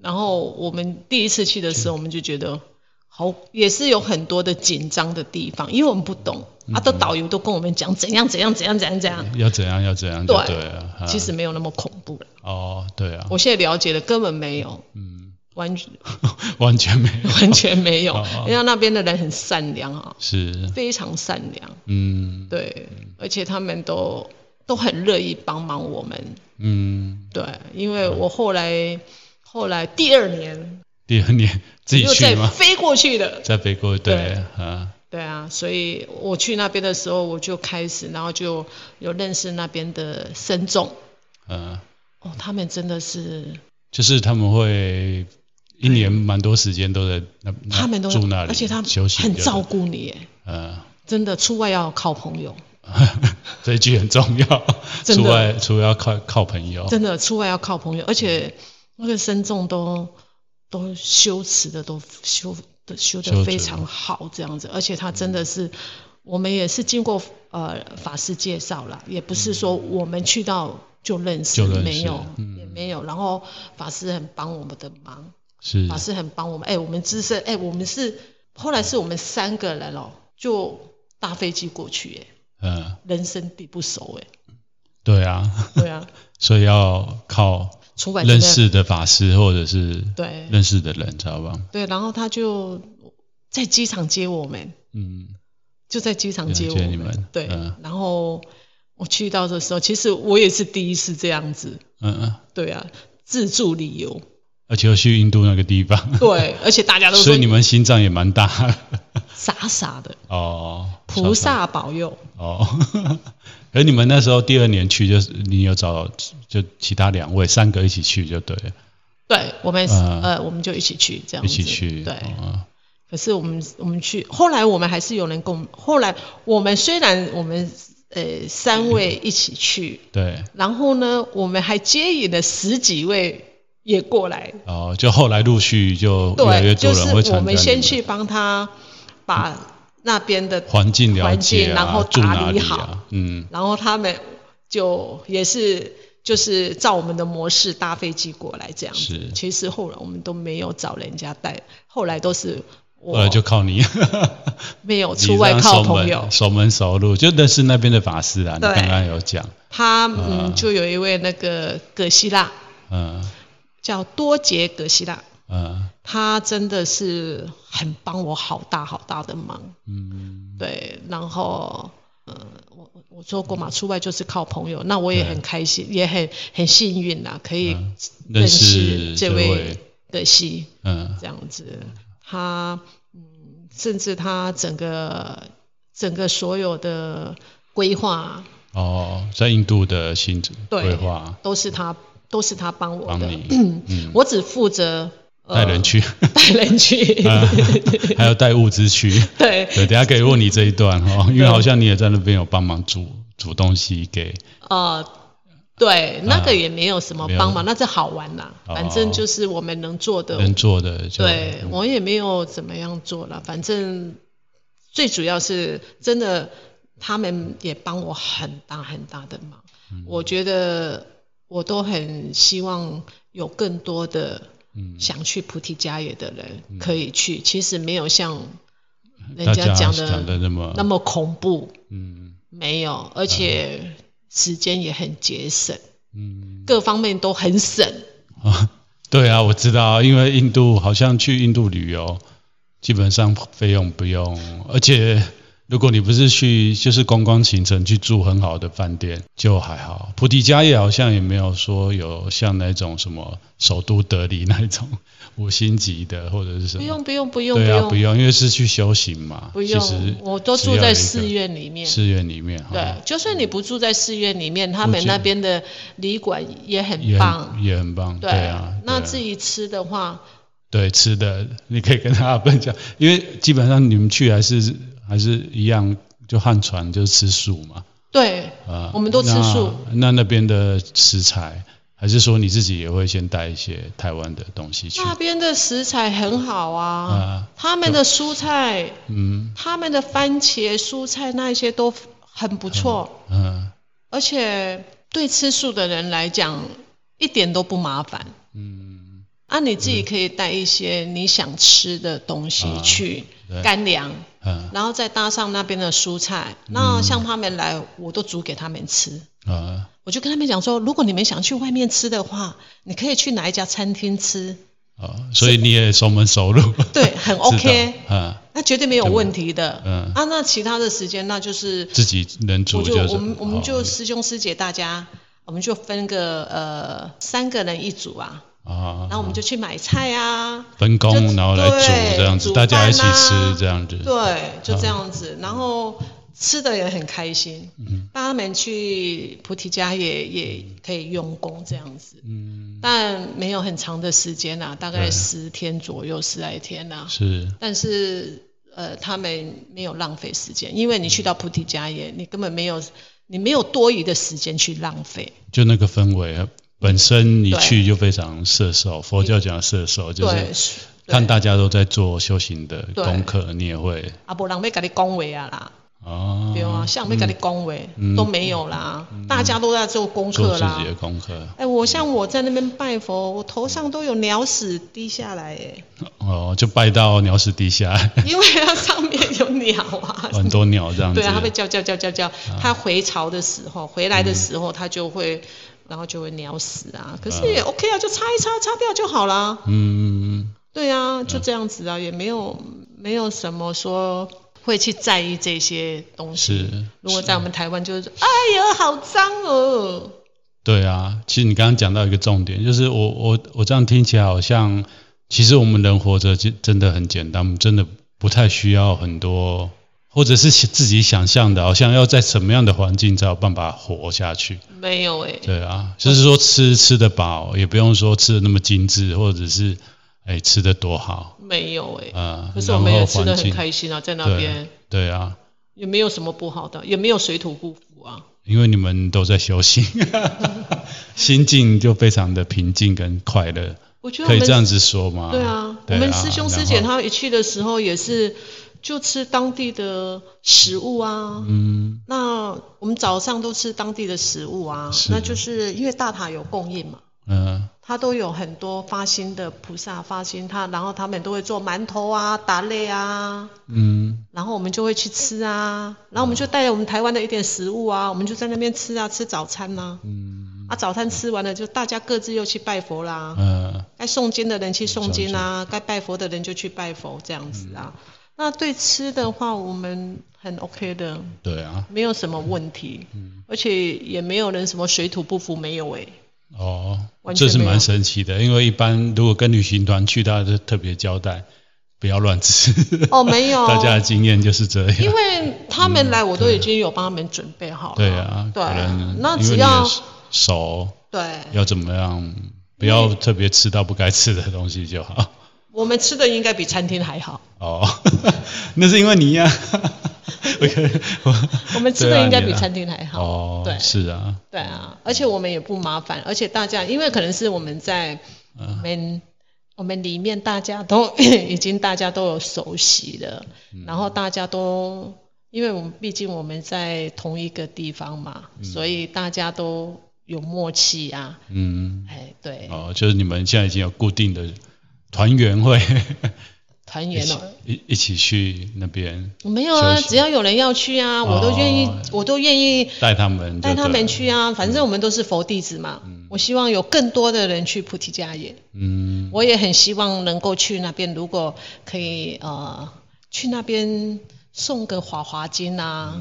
然后我们第一次去的时候，我们就觉得好，也是有很多的紧张的地方，因为我们不懂嗯啊，都导游都跟我们讲怎样怎样怎样怎样怎样，要怎样要怎样就对对了。嗯啊其实没有那么恐怖了。哦，对啊，我现在了解了，根本没有，嗯，完全 完全没有，完全没有哦哦。人家那边的人很善良啊，是，非常善良，嗯对，而且他们都都很乐意帮忙我们。嗯，对，因为我后来后来第二年第二年自己又去再吗？飞过去的，在北国对对啊，对啊，所以我去那边的时候我就开始，然后就有认识那边的僧众，嗯，哦，他们真的是，就是他们会一年蛮多时间都在那，那他们都住那里，而且他们休息很就照对，顾你耶，嗯，真的出外要靠朋友， 这一句很重要， 真除的外除了要靠靠朋友，真的出外要靠朋友，而嗯且那个僧众都都修持的都修的修修的持非常好，这样子，而且他真的是，嗯我们也是经过呃法师介绍啦，也不是说我们去到就认识，嗯就认识没有、嗯也没有，然后法师很帮我们的忙，是法师很帮我们，哎、我们资深，哎、我们是后来是我们三个人哦，就搭飞机过去、哎，嗯，人生地不熟、哎对啊，哎，对啊，所以要靠出版认识的法师或者是对。认识的人，知道吧？对，然后他就在机场接我们，嗯，就在机场了接我解你们，对，嗯然后我去到的时候，其实我也是第一次这样子，嗯嗯，对啊，自助旅游，而且又去印度那个地方，对，而且大家都所说以你们心脏也蛮大傻傻的，哦，菩小萨 保佑，哦，而你们那时候第二年去，就是你有找就其他两位三个一起去就对了，对，我们、嗯呃我们就一起去这样一子，起去。对。哦可是我们我们去，后来我们还是有人跟我们，后来我们虽然我们呃三位一起去，对，然后呢，我们还接引了十几位也过来，哦，就后来陆续就越来越对，多就人会是参加我你们。们先去帮他把那边的，环境了环境解啊，然后住打哪理里啊好？嗯，然后他们就也是就是照我们的模式搭飞机过来这样子是。其实后来我们都没有找人家带，后来都是后来我就靠你。 没有你出外这样靠熟朋门友。熟门熟路，就认识那边的法师啊啦。你对刚刚有讲，他啊嗯，就有一位那个葛希腊，嗯叫多杰葛希腊，嗯他真的是很帮我好大好大的忙。嗯，对，然后。呃，我我我说过嘛，出外就是靠朋友，那我也很开心，也很很幸运啦，可以嗯认认识识这这位位，葛西嗯这样子。他嗯，甚至他整个整个所有的规划哦，在印度的新对规划都是他都是他帮我帮的，你，嗯，我只负责呃带人去，带人去， 啊还有带物 资去。对对，等一下可以问你这一段哈，因为好像你也在那边有帮忙煮煮东西给，呃，对，那个也没有什么帮忙，啊没那是好玩啦。哦反正就是我们能做的，能做嗯的就对我也没有怎么样做了。反正最主要是真的，他们也帮我很大很大的忙。嗯我觉得我都很希望有更多的嗯想去菩提迦耶的人可以去。其实没有像人大家家讲讲的的那么那么恐怖，嗯没有，而且时间也很节省，嗯各方面都很省。啊， 对啊，我知道，因为印度好像去印度旅游，基本上费用不用，而且如果你不是去就是观光行程去住很好的饭店就还好。菩提迦叶好像也没有说有像那种什么首都德里那一种 五星级的或者是什不么，用不用不用对啊，不用用，因为是去修行嘛。不其实用，我都只住要有在一个嗯寺院里面。寺院里面哈，对，就算你不住在寺院里面，他不们见那边的旅馆也很也棒。很也很棒，对啊。那对啊至于吃的话，对吃的，你可以跟大家分享，因为基本上你们去还是还是一样，就汉传就是吃素嘛，对，啊、我们都吃素那。那那边的食材，还是说你自己也会先带一些台湾的东西去？那啊、边的食材很好啊，他们的蔬菜、嗯他们的番茄、蔬菜那一些都很不错。嗯而且对吃素的人来讲，一点都不麻烦。嗯，啊，你自己可以带一些你想吃的东西啊去对干粮，嗯然后再搭上那边的蔬菜。那像他们来，我都煮给他们吃。啊我就跟他们讲说，如果你们想去外面吃的话，你可以去哪一家餐厅吃，啊，所以你也熟门熟路。对，很 OK，啊，那绝对没有问题的。嗯啊，那其他的时间那就是自己能煮我就就是我们我们就哦师兄师姐大家，我们就分个呃三个人一组啊，啊，然后我们就去买菜啊，分就工，然后来煮对这样子，煮大家一起饭啊吃这样子。对，就这样嗯子，然后吃的也很开心，帮他们去菩提家也也可以用功这样子，嗯，但没有很长的时间啊，大概对十天左右，十来天啊，是。但是呃，他们没有浪费时间，因为你去到菩提迦耶，你根本没有你没有多余的时间去浪费。就那个氛围本身，你对去就非常摄受。佛教讲摄受，就是对，是看对大家都在做修行的对功课，你也会啊，无人要跟你恭维啊啦，哦，对啊，像要跟你恭维、嗯都没有啦，大家都在做功做课自啦己。的功课哎、我像我在那边拜佛，我头上都有鸟屎滴下来， 哎，哦，就拜到鸟屎 地下，。因为它上面有鸟啊很多鸟这样子对。啊，它会叫叫叫叫叫，啊它回巢的时候，回来的时候，它就嗯会，然后就会鸟死啊。可是也 OK 啊，就擦一擦，擦掉就好啦。嗯，对啊，就这样子啊，也没有没有什么说会去在意这些东西。是如果在我们台湾，就是哎呀，好脏哦。对啊。其实你刚刚讲到一个重点，就是我我我这样听起来好像，其实我们人活着就真的很简单，我们真的不太需要很多或者是想自己想象的，好像要在什么样的环境才有办法活下去？没有哎、对啊，就是说吃吃得饱，也不用说吃的那么精致，或者是哎吃的多好，没有哎、呃，可是我然们后也吃环的很境，开心啊，在那对边对啊，也没有什么不好的，也没有水土不服啊。因为你们都在修行， 心境就非常的平静跟快乐，我觉得可啊我以们这样子说吗？对啊，对我们师兄师姐然后他一去的时候也是就吃当地的食物啊。嗯那我们早上都吃当地的食物啊，是那就是因为大塔有供应嘛，嗯、它都有很多发心的菩萨发心，他然后他们都会做馒头啊、打擂啊，嗯，然后我们就会去吃啊，然后我们就带着我们台湾的一点食物啊，我们就在那边吃啊，吃早餐呐、啊。嗯啊，早餐吃完了就大家各自又去拜佛啦，呃，该诵经的人去诵经啊，该拜佛的人就去拜佛这样子啊。嗯那对吃的话，我们很 OK 的，对啊，没有什么问题，嗯而且也没有人什么水土不服没有欸 诶、哦，完全这是没有蛮神奇的，因为一般如果跟旅行团去，大家都特别交代不要乱吃，哦没有， 大家的经验就是这因样。为他们来我都已经有帮他们准备好了，对啊，对可能，那因为只你的要手对，要怎么样，不要特别吃到不该吃的东西就好。 我们吃的应该比餐厅还好。哦， 那是因 为你呀、我可我我们吃对的啊应该你比啊餐厅还好。哦，对是啊，对啊，而且我们也不麻烦，而且大家因为可能是我们在我呃们、我们里面大家都 已经大家都有熟悉了，嗯然后大家都因为我们毕竟我们在同一个地方嘛，所以大家都有默契啊。嗯，哎，对，哦，就是你们现在已经有固定的团员会 团一圆起了。一一起去那边没有啊，休息哦只要有人要去啊，我都愿意，我都愿意带他们就对嗯带了，他们去啊。反正我们都是佛弟子嘛，我希望有更多的人去菩提伽耶。嗯，我也很希望能够去那边，如果可以呃去那边送个华华经啊，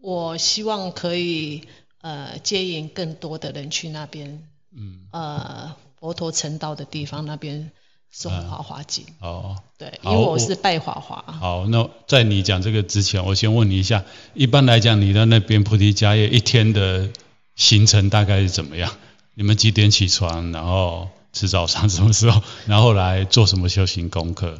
我希望可以呃接引更多的人去那边，嗯，呃佛陀成道的地方那边送华华经。哦，对，因好为我我是拜华华，好，那在你讲这个之前，我先问你一下，一般来讲，你到那边菩提迦叶一天的行程大概是怎么样？你们几点起床？然后吃早餐 什么时候？然后来做什么修行功课？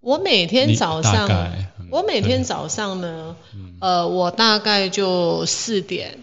我每天你早大上概嗯，我每天早上呢，呃，我大概就四点，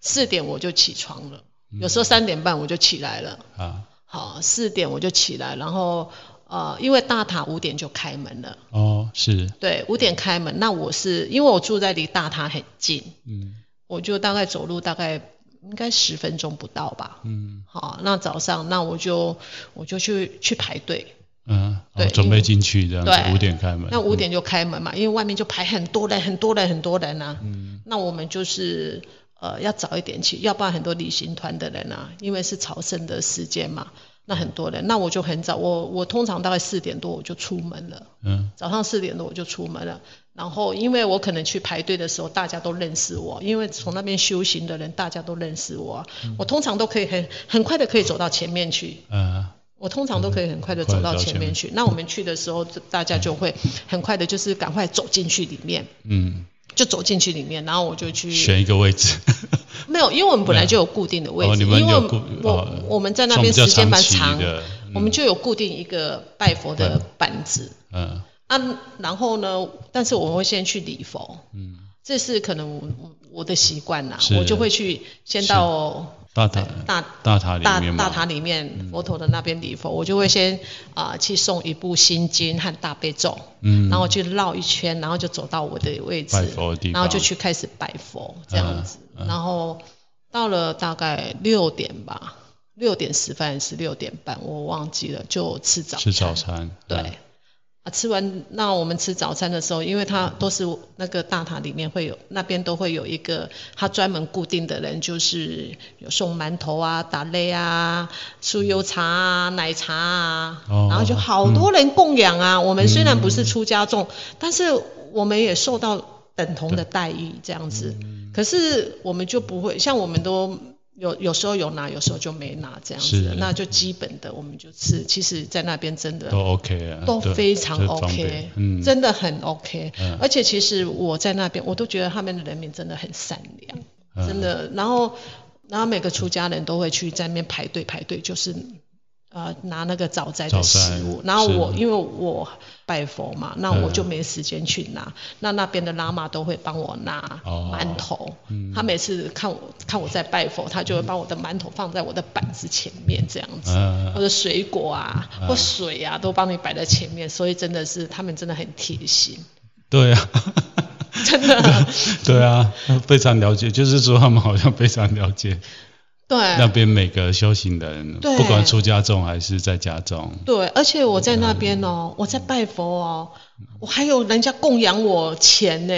四点我就起床了，嗯有时候三点半我就起来了。啊，好，四点我就起来，然后呃，因为大塔五点就开门了，哦，是，对，五点开门。那我是因为我住在离大塔很近，嗯我就大概走路大概应该十分钟不到吧。嗯好，那早上那我就我就去去排队，嗯，对哦，准备进去这样子，对五点开门。嗯那五点就开门嘛，因为外面就排很多人，很多人，很多人啊。嗯，那我们就是呃要早一点去，要不然很多旅行团的人啊，因为是朝圣的时间嘛，那很多人，那我就很早，我我通常大概四点多我就出门了，嗯早上四点多我就出门了。然后，因为我可能去排队的时候，大家都认识我，因为从那边修行的人，大家都认识我啊。我通常都可以很很快的可以走到前面去，嗯呃我通常都可以很快的走到前面去。那我们去的时候，就大家就会很快的，就是赶快走进去里面，嗯，就走进去里面，然后我就去选一个位置。嗯没有，因为我们本来就有固定的位置，哦你们因为有我固我、哦我们在那 边时间蛮长算比较长期的嗯我们就有固定一个拜佛的板子嗯啊。然后呢，但是我会先去礼佛，嗯，这是可能我我的习惯啦，是我就会去先到大塔大大塔里大面嘛，大塔里嗯面佛陀的那边礼佛，我就会先啊、呃去诵一部心经和大悲咒，嗯然后去绕一圈，然后就走到我的位置拜佛的地，然后就方嗯去开始拜佛这样子，然后到了大概六点吧，六点十分还是六点半，我忘记了，就吃早吃餐，早餐。对。嗯啊，吃完那我们吃早餐的时候，因为它都是那个大塔里面会有，那边都会有一个他专门固定的人，就是有送馒头啊、打擂啊、酥油茶啊、奶茶啊，哦然后就好多人供养啊。我们虽然不是出家众，但是我们也受嗯到等同的待遇这样子。可是我们就不会像我们都有有时候有拿，有时候就没拿这样是子，那就基本的我们就是，其实在那边真的都 OK 啊，都对非常这装 OK，备嗯，真的很 OK，、嗯而且其实我在那边，我都觉得他们的人民真的很善良，嗯真的。然后，然后每个出家人都会去在那边排队排队，就是呃拿那个早斋的食早斋物。然后我是因为我拜佛嘛，那嗯我就没时间去拿，那那边的喇嘛都会帮我拿哦馒头，嗯他每次看我看我在拜佛，他就会把我的馒头放在我的板子前面这样子。嗯或者水果啊，嗯或水啊，都帮你摆在前面，所以真的是他们真的很贴心， 对啊，真的，对啊，非常了解，就是说他们好像非常了解那对边每个修行的人，对不管出家众还是在家众， 对，而且我在那边嗯哦，我在拜佛哦，我还有人家供养我钱呢，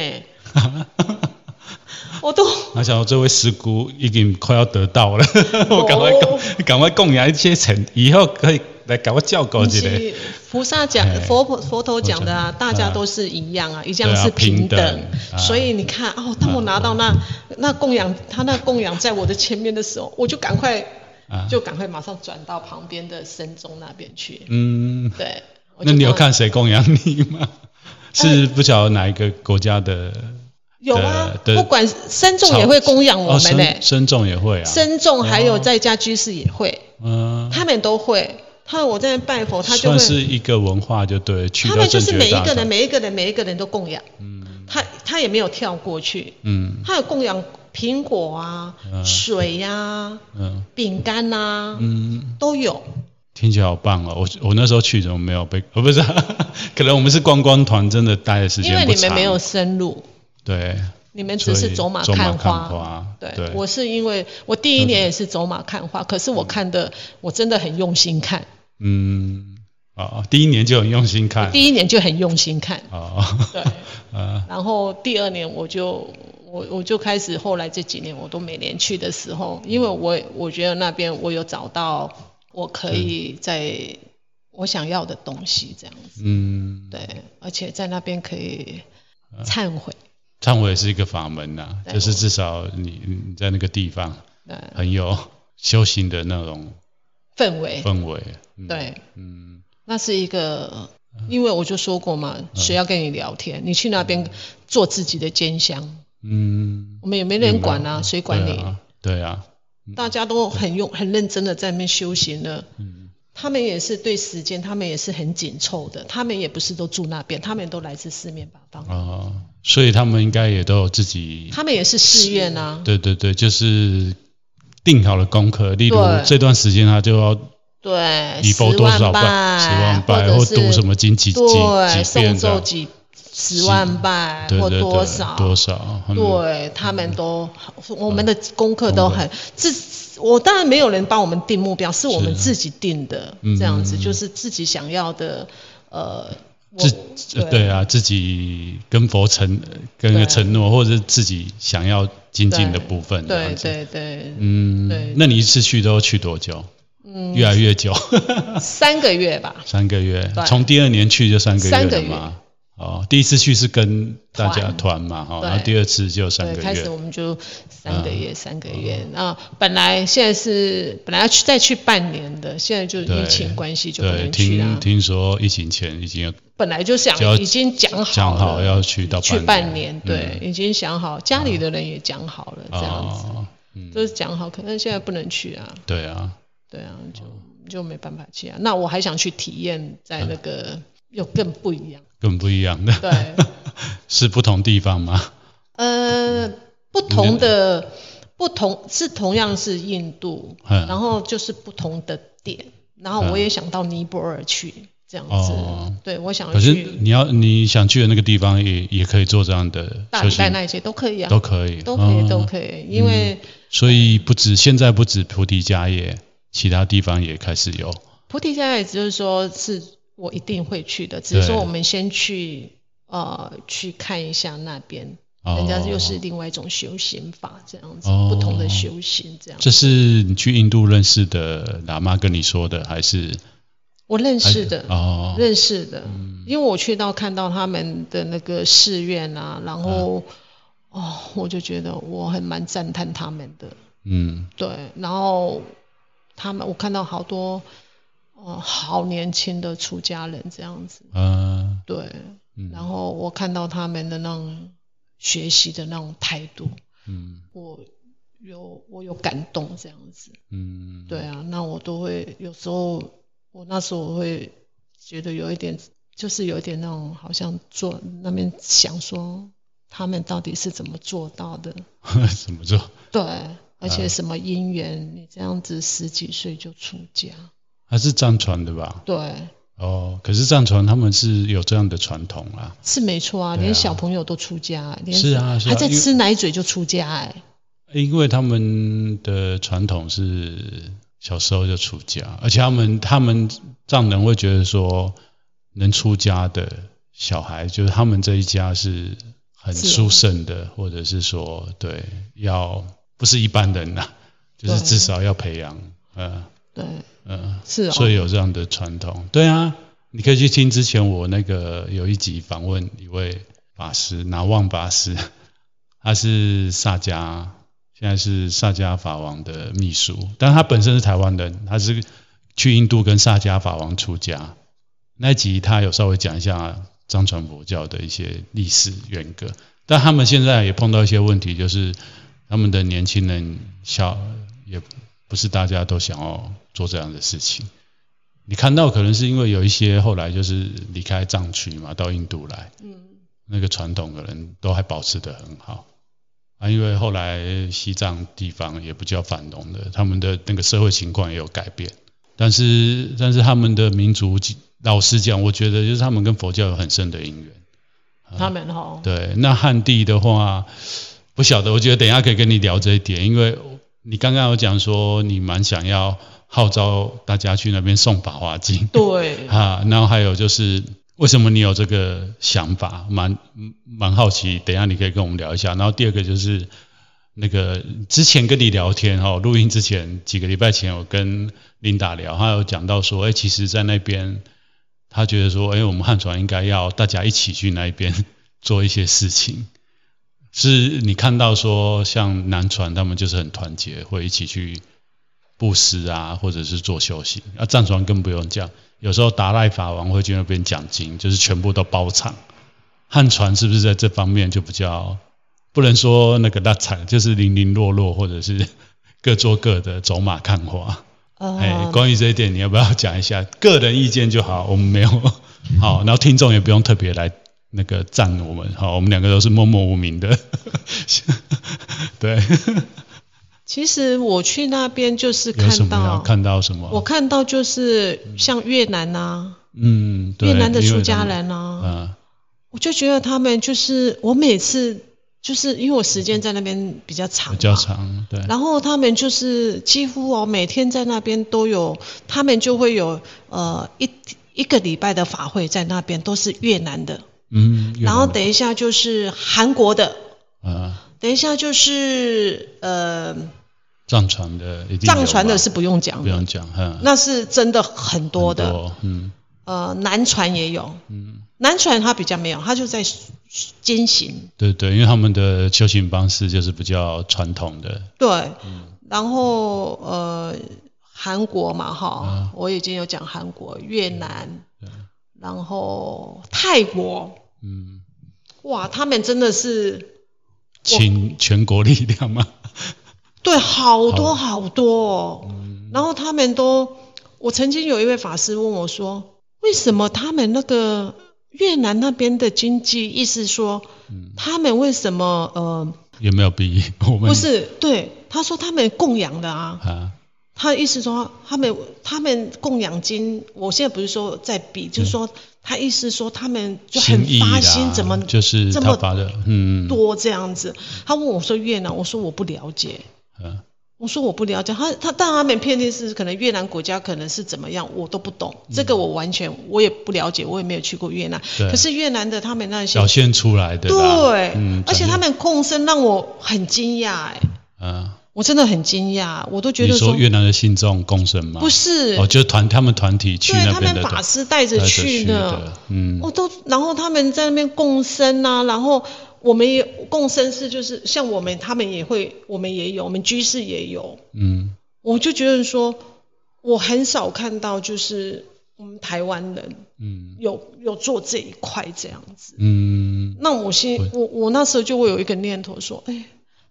我都我想我这位师姑已经快要得到了， 我赶快哦供赶快供养一些钱，以后可以来赶快教狗不之类。是菩萨讲哎佛婆佛陀讲的啊佛，讲大家都是一样啊，一样对啊是平平等等，啊所以你看哦，当我拿到那那供养他那供养在我的前面的时候，我就赶快啊就赶快马上转到旁边的僧众那边去，嗯，对，我就呃那你有帮看谁供养你吗？是不晓得哪一个国家的有啊，呃的的不管僧众也会供养我哦们呢、僧僧众也会啊，僧众还有在家居士也会，嗯，他们都会。他我在那拜佛，他就算是会，一个文化就对了，去他到们就正是觉每一大个人、众，每一个人、每一个人都供养，嗯他他也没有跳过去，嗯他有供养苹果啊、嗯水呀、嗯饼干呐、嗯，都有。听起来好棒哦！我我那时候去怎么没有被？哦，不是，可能我们是观光团，真的待的时因间为不你长。们没有深入，对，你们只是走马所以走马看花。看花对，对嗯我是因为我第一年也是走马看花，可是我看的我真的很用心看，嗯，哦，第一年就很用心看，第一年就很用心看。哦，对， 呃，然后第二年我就我我就开始，后来这几年我都每年去的时候，因为我我觉得那边我有找到我可以在我想要的东西这样子，嗯，对，而且在那边可以忏悔，忏悔也是一个法门呐、对就是至少你你在那个地方嗯，很有修行的那种氛围，氛围，嗯，对，嗯，那是一个。因为我就说过嘛，谁要跟你聊天？你去那边做自己的兼香，嗯，我们也没人管啊，谁管对你？啊？对啊，大家都很用很认真的在那边修行了，嗯他们也是对时间，他们也是很紧凑的，他们也不是都住那边，他们都来自四面八方，哦，所以他们应该也都有自己，他们也是寺院啊，对对对，就是定好了功课，例如对这段时间他就要对，礼十佛多万少拜，十万拜，或或者是读什么经几几对，几诵遍咒的，几十万拜对或对对，多少，多少，嗯，对他们都，我们的功课都嗯很自，我当然没有人帮我们定目标，是我们是自己定的，嗯这样子就是自己想要的，呃，我自对对啊，自己跟佛承跟对个承诺，或者是自己想要精进的对部分，这对样子，对对，对嗯，那你一次去都去多久？嗯，越来越久，三个月吧，三个月，对从第二年去就三个月三了个月嘛。哦，第一次去是跟大家团团嘛，哈，对然后第二次就三对，个开始月，嗯我们就三个月，三个月。那本来现在是本来要去再去半年的，现在就对疫情关系就不对，能去啊听啦。听说疫情前已经有本来就想就要已经讲好了，讲好要去到去半半年，对，嗯已经想好，家里的人也讲好了，这样子哦，嗯，都是讲好，可能现在不能去啊，对啊，对啊，就就没办法去啊。那我还想去体验在那个又更不一样，更不一样的，对， 是不同地方吗？呃，不同的不同是同样是印度，嗯然后就是不同的点，然后我也想到尼泊尔去这样子，哦对我想要可是去你要你想去的那个地方也也可以做这样的大修理拜行，那一些都可以啊，都可以，嗯都可以，哦都可以，因为所以不止现在不止菩提迦叶，其他地方也开始有，菩提伽也就是说是我一定会去的，只是说对我们先去呃去看一下那边，哦人家又是另外一种修行法这样子，哦不同的修行这样。这是你去印度认识的喇嘛跟你说的，还是我认识的，哦？呃认识的，因为我去到看到他们的那个寺院啊，然后、哦，我就觉得我很蛮赞叹他们的，嗯对，然后他们我看到好多哦、呃好年轻的出家人这样子，呃对，嗯然后我看到他们的那种学习的那种态度，嗯我有我有感动这样子，嗯，对啊，那我都会有时候我那时候我会觉得有一点，就是有一点那种好像做那边想说他们到底是怎么做到的， 怎么做？对，而啊且什么姻缘，你这样子十几岁就出家，他是藏传的吧？对，哦，可是藏传他们是有这样的传统啦。是没错啊，对啊连小朋友都出家，连是啊是啊还在因为吃奶嘴就出家、哎，因为他们的传统是小时候就出家，而且他们他们藏人会觉得说，能出家的小孩，就是他们这一家是很是啊殊胜的，或者是说对，要不是一般人呐、就是对至少要培养，呃对，呃，是哦，所以有这样的传统。对啊，你可以去听之前我那个有一集访问一位法师，拿旺法师，他是萨迦，现在是萨迦法王的秘书，但他本身是台湾人，他是去印度跟萨迦法王出家。那一集他有稍微讲一下藏传佛教的一些历史渊源，但他们现在也碰到一些问题，就是他们的年轻人小也不是大家都想要做这样的事情。你看到可能是因为有一些后来就是离开藏区嘛，到印度来，嗯，那个传统可能都还保持得很好啊，因为后来西藏地方也不叫繁荣了，他们的那个社会情况也有改变，但是但是他们的民族，老实讲，我觉得就是他们跟佛教有很深的因缘。他们哦哈，对，那汉地的话，不晓得，我觉得等一下可以跟你聊这一点，因为你刚刚有讲说你蛮想要号召大家去那边送《法华经》对，啊，然后还有就是为什么你有这个想法，蛮蛮好奇，等一下你可以跟我们聊一下。然后第二个就是那个之前跟你聊天哦，录音之前几个礼拜前我跟琳达聊，她有讲到说，哎，其实，在那边她觉得说，哎，我们汉传应该要大家一起去那边 做一些事情。是你看到说，像南传他们就是很团结，会一起去布施啊，或者是做修行。啊，藏传更不用讲，有时候达赖法王会去那边讲经，就是全部都包场。汉传是不是在这方面就比较不能说那个大产，就是零零落落，或者是各做各的，走马看花。哎、呃，关于这一点，你要不要讲一下个人意见就好？我们没有好，然后听众也不用特别来那个赞我们，好，我们两个都是默默无名的， 对，其实我去那边就是有什看么要到，看到什么？我看到就是像越南呐、嗯，对，越南的因为出家他们，人啊，嗯我就觉得他们就是我每次就是因为我时间在那边比较长，比较。长，对，然后他们就是几乎哦，每天在那边都有，他们就会有呃一一个礼拜的法会在那边，都是越南的，嗯，越南然后的等一下就是韩国的，呃，等一下就是呃藏传的一定藏有传的吧是不用讲不的，用讲，嗯，那是真的很多的，很多，嗯呃南传也有，嗯，南传他比较没有，他就在金行，对对，因为他们的修行方式就是比较传统的，对，然后呃，韩国嘛哈，我已经有讲韩国、越南，然后泰国，嗯，哇，他们真的是请全国力量嘛， 对好多好多、哦，然后他们都，我曾经有一位法师问我说，为什么他们那个越南那边的经济，意思说，他们为什么呃有没有比我们不是对？他说他们供养的啊，啊？他的意思说，他们他们供养金，我现在不是说在嗯比，就是说他意思说他们就很心意发啦心，怎么就是这他么发的，嗯，多这样子？他问我说越南，我说我不了解，嗯我说我不了解。他他但他们骗定是可能越南国家可能是怎么样，我都不懂，这个我完全我也不了解，我也没有去过越南。嗯对可是越南的他们那些表现出来的啦，对，嗯，而且表他现，们共生让我很惊讶，哎，嗯，我真的很惊讶，我都觉你得说越南的信众共生吗？不是。哦，就是团他们团体去对那他边们的，法师带带着着去的，哦的，嗯我、，都，然后他们在那边共生啊，然后我们也共生是就是像我们他们也会，我们也有，我们居士也有，嗯我就觉得说，我很少看到就是我们台湾人嗯有有做这一块这样子。嗯那我心我我那时候就会有一个念头说，哎、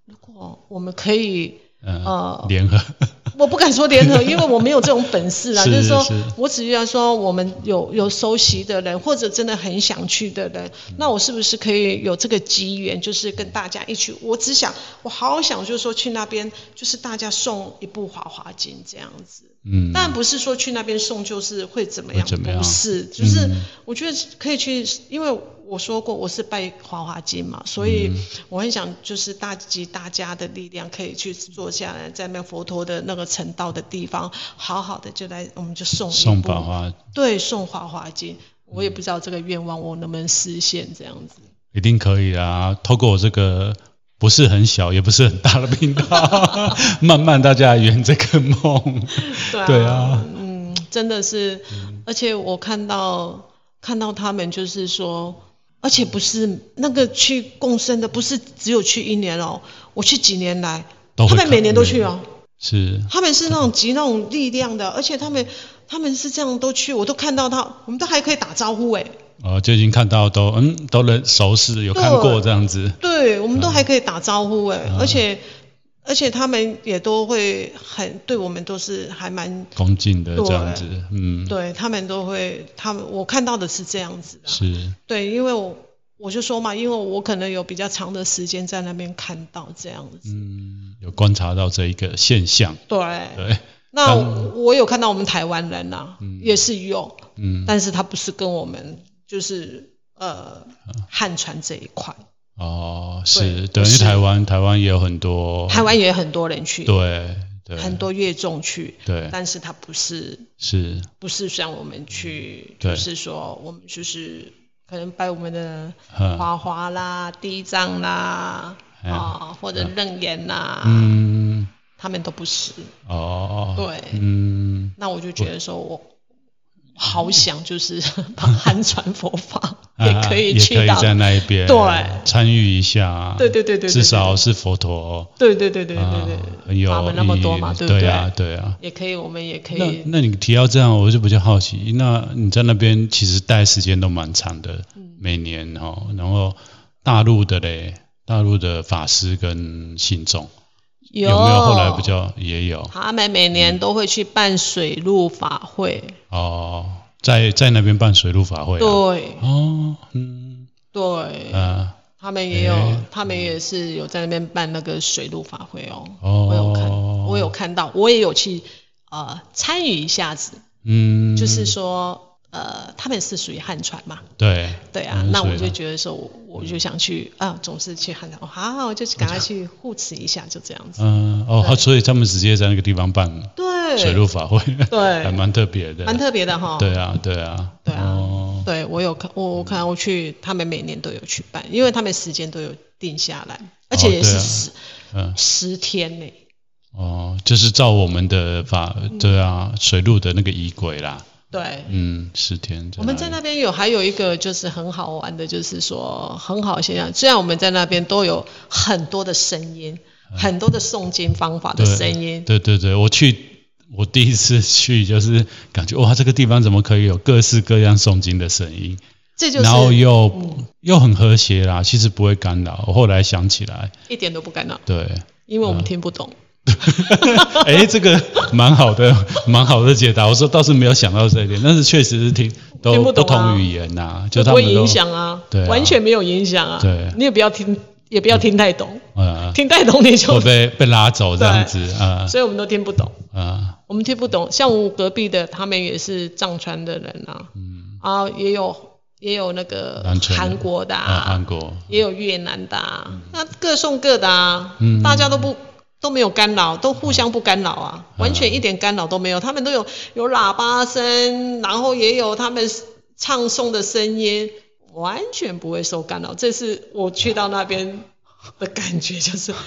如果我们可以，呃呃，联合， 我不敢说联合，因为我没有这种本事啦。 是就是说是我只是要说，我们有有熟悉的人，或者真的很想去的人，嗯那我是不是可以有这个机缘，就是跟大家一起？我只想，我好想就是说去那边，就是大家送一部《华华经》这样子。嗯，当然不是说去那边送就是会怎么会样，怎么样不是，就是嗯我觉得可以去，因为我说过我是拜华华经嘛，嗯所以我很想就是大集大家的力量，可以去坐下来，在那边佛陀的那个成道的地方，好好的就来，我们就送一送部宝花对，送华华经。我也不知道这个愿望我能不能实现，这样子。一定可以啊！透过我这个不是很小也不是很大的频道，慢慢大家来圆这个梦。对啊，对啊嗯嗯，真的是，而且我看到看到他们就是说，而且不是那个去共生的，不是只有去一年哦，我去几年来，都会他们看每年都去哦，是，他们是那种集那种力量的，而且他们他们是这样都去，我都看到他，我们都还可以打招呼哎，哦，就已经看到都嗯都认熟识，有看过这样子。对，我们都还可以打招呼哎，嗯而且而且他们也都会很对我们都是还蛮恭敬的对这样子，嗯，对他们都会，他们我看到的是这样子的、是，对，因为我我就说嘛，因为我可能有比较长的时间在那边看到这样子。嗯，有观察到这一个现象，对，对，那当我我有看到我们台湾人呐、也是有，嗯，但是他不是跟我们就是呃嗯汉传这一块，哦，对是，对，不因为是台湾台湾也有很多，台湾也很多人去，对哦对很多乐众去，对但是他不是是，不是像我们去，嗯对就是说我们就是可能拜我们的嗯华华啦、地藏啦，嗯啊、或者楞严啦，嗯，他们都不是。哦，对嗯，那我就觉得说我。好想就是把汉传佛法也啊可以也去可以到，在那一边对参与一下，啊对对对对对至少是佛陀，对对对对啊对对，很有法门那么多嘛，意义不对？对啊，对啊。也可以，我们也可那以。那你提到这样，我就比较好奇，那你在那边其实待时间都蛮长的，嗯每年哦，然后大陆的嘞，大陆的法师跟信众有没有后来比较也有他们每年都会去办水陆法会，哦，在在那边办水陆法会、啊，对哦，嗯，对，呃，他们也有，诶他们也是有在那边办那个水陆法会哦。哦我有看，我有看到，我也有去呃参与一下子，嗯，就是说呃他们是属于汉传嘛，对对啊，嗯那我水就陆觉得说我我就想去啊，总是去汉传，哦好，就去赶快去护持一下，就这样子。嗯、哦，他所以他们直接在那个地方办对，水陆法会，对还蛮特别的，蛮特别的哈。对啊，对啊，对啊哦，对，我有看，我我看我去，他们每年都有去办，因为他们时间都有定下来，而且也对是啊十、嗯。十天呢。哦，就是照我们的法，对啊，水路的那个仪轨啦，对，嗯，啊十天。我们在那边有还有一个就是很好玩的，就是说很好的现象。虽然我们在那边都有很多的声音， 很多的诵经方法的声音，嗯对对对，我去。我第一次去就是感觉哇，这个地方怎么可以有各式各样诵经的声音，这就是然后又、又很和谐啦，其实不会干扰。我后来想起来，一点都不干扰，对，因为嗯我们听不懂。哎，这个蛮好的，蛮好的解答。我说倒是没有想到这一点，但是确实是听都听不懂啊同语言呐、就不他会们都影响啊，对啊完全没有影响啊。对你也不要听，也不要听太懂，呃，听太懂你会就，被被拉走这样子啊所以我们都听不懂。啊。呃我们听不懂，像我隔壁的他们也是藏传的人啊，啊也有也有那个嗯南传的韩国的啊，啊，韩国，也有越南的啊，那各送各的啊嗯，大家都不都没有干扰，都互相不干扰啊，完全一点干扰都没有，他们都有有喇叭声，然后也有他们唱诵的声音，完全不会受干扰，这是我去到那边的感觉，就是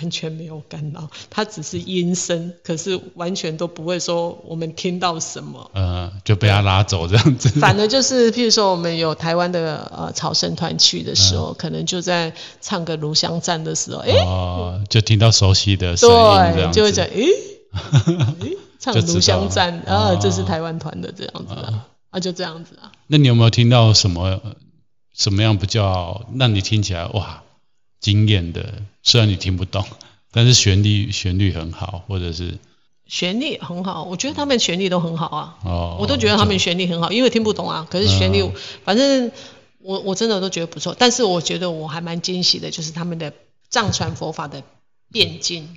完全没有干扰，它只是音声，可是完全都不会说我们听到什么。呃，就被他拉走这样子。反而就是，譬如说我们有台湾的呃朝圣团去的时候，可能就在唱个炉香站的时候，哎、嗯哦，就听到熟悉的声音这对，样就会子讲，。诶、诶唱 就知道炉香站了啊，哦这是台湾团的这样子啊，啊，就这样子啊。那你有没有听到什么什么样比较让你听起来哇惊艳的？虽然你听不懂， 但是旋律旋律很好，或者是旋律很好，我觉得他们旋律都很好啊，哦，我都觉得他们旋律很好，因为听不懂啊，可是旋律、嗯反正我我真的都觉得不错，但是我觉得我还蛮惊喜的，就是他们的藏传佛法的辩经。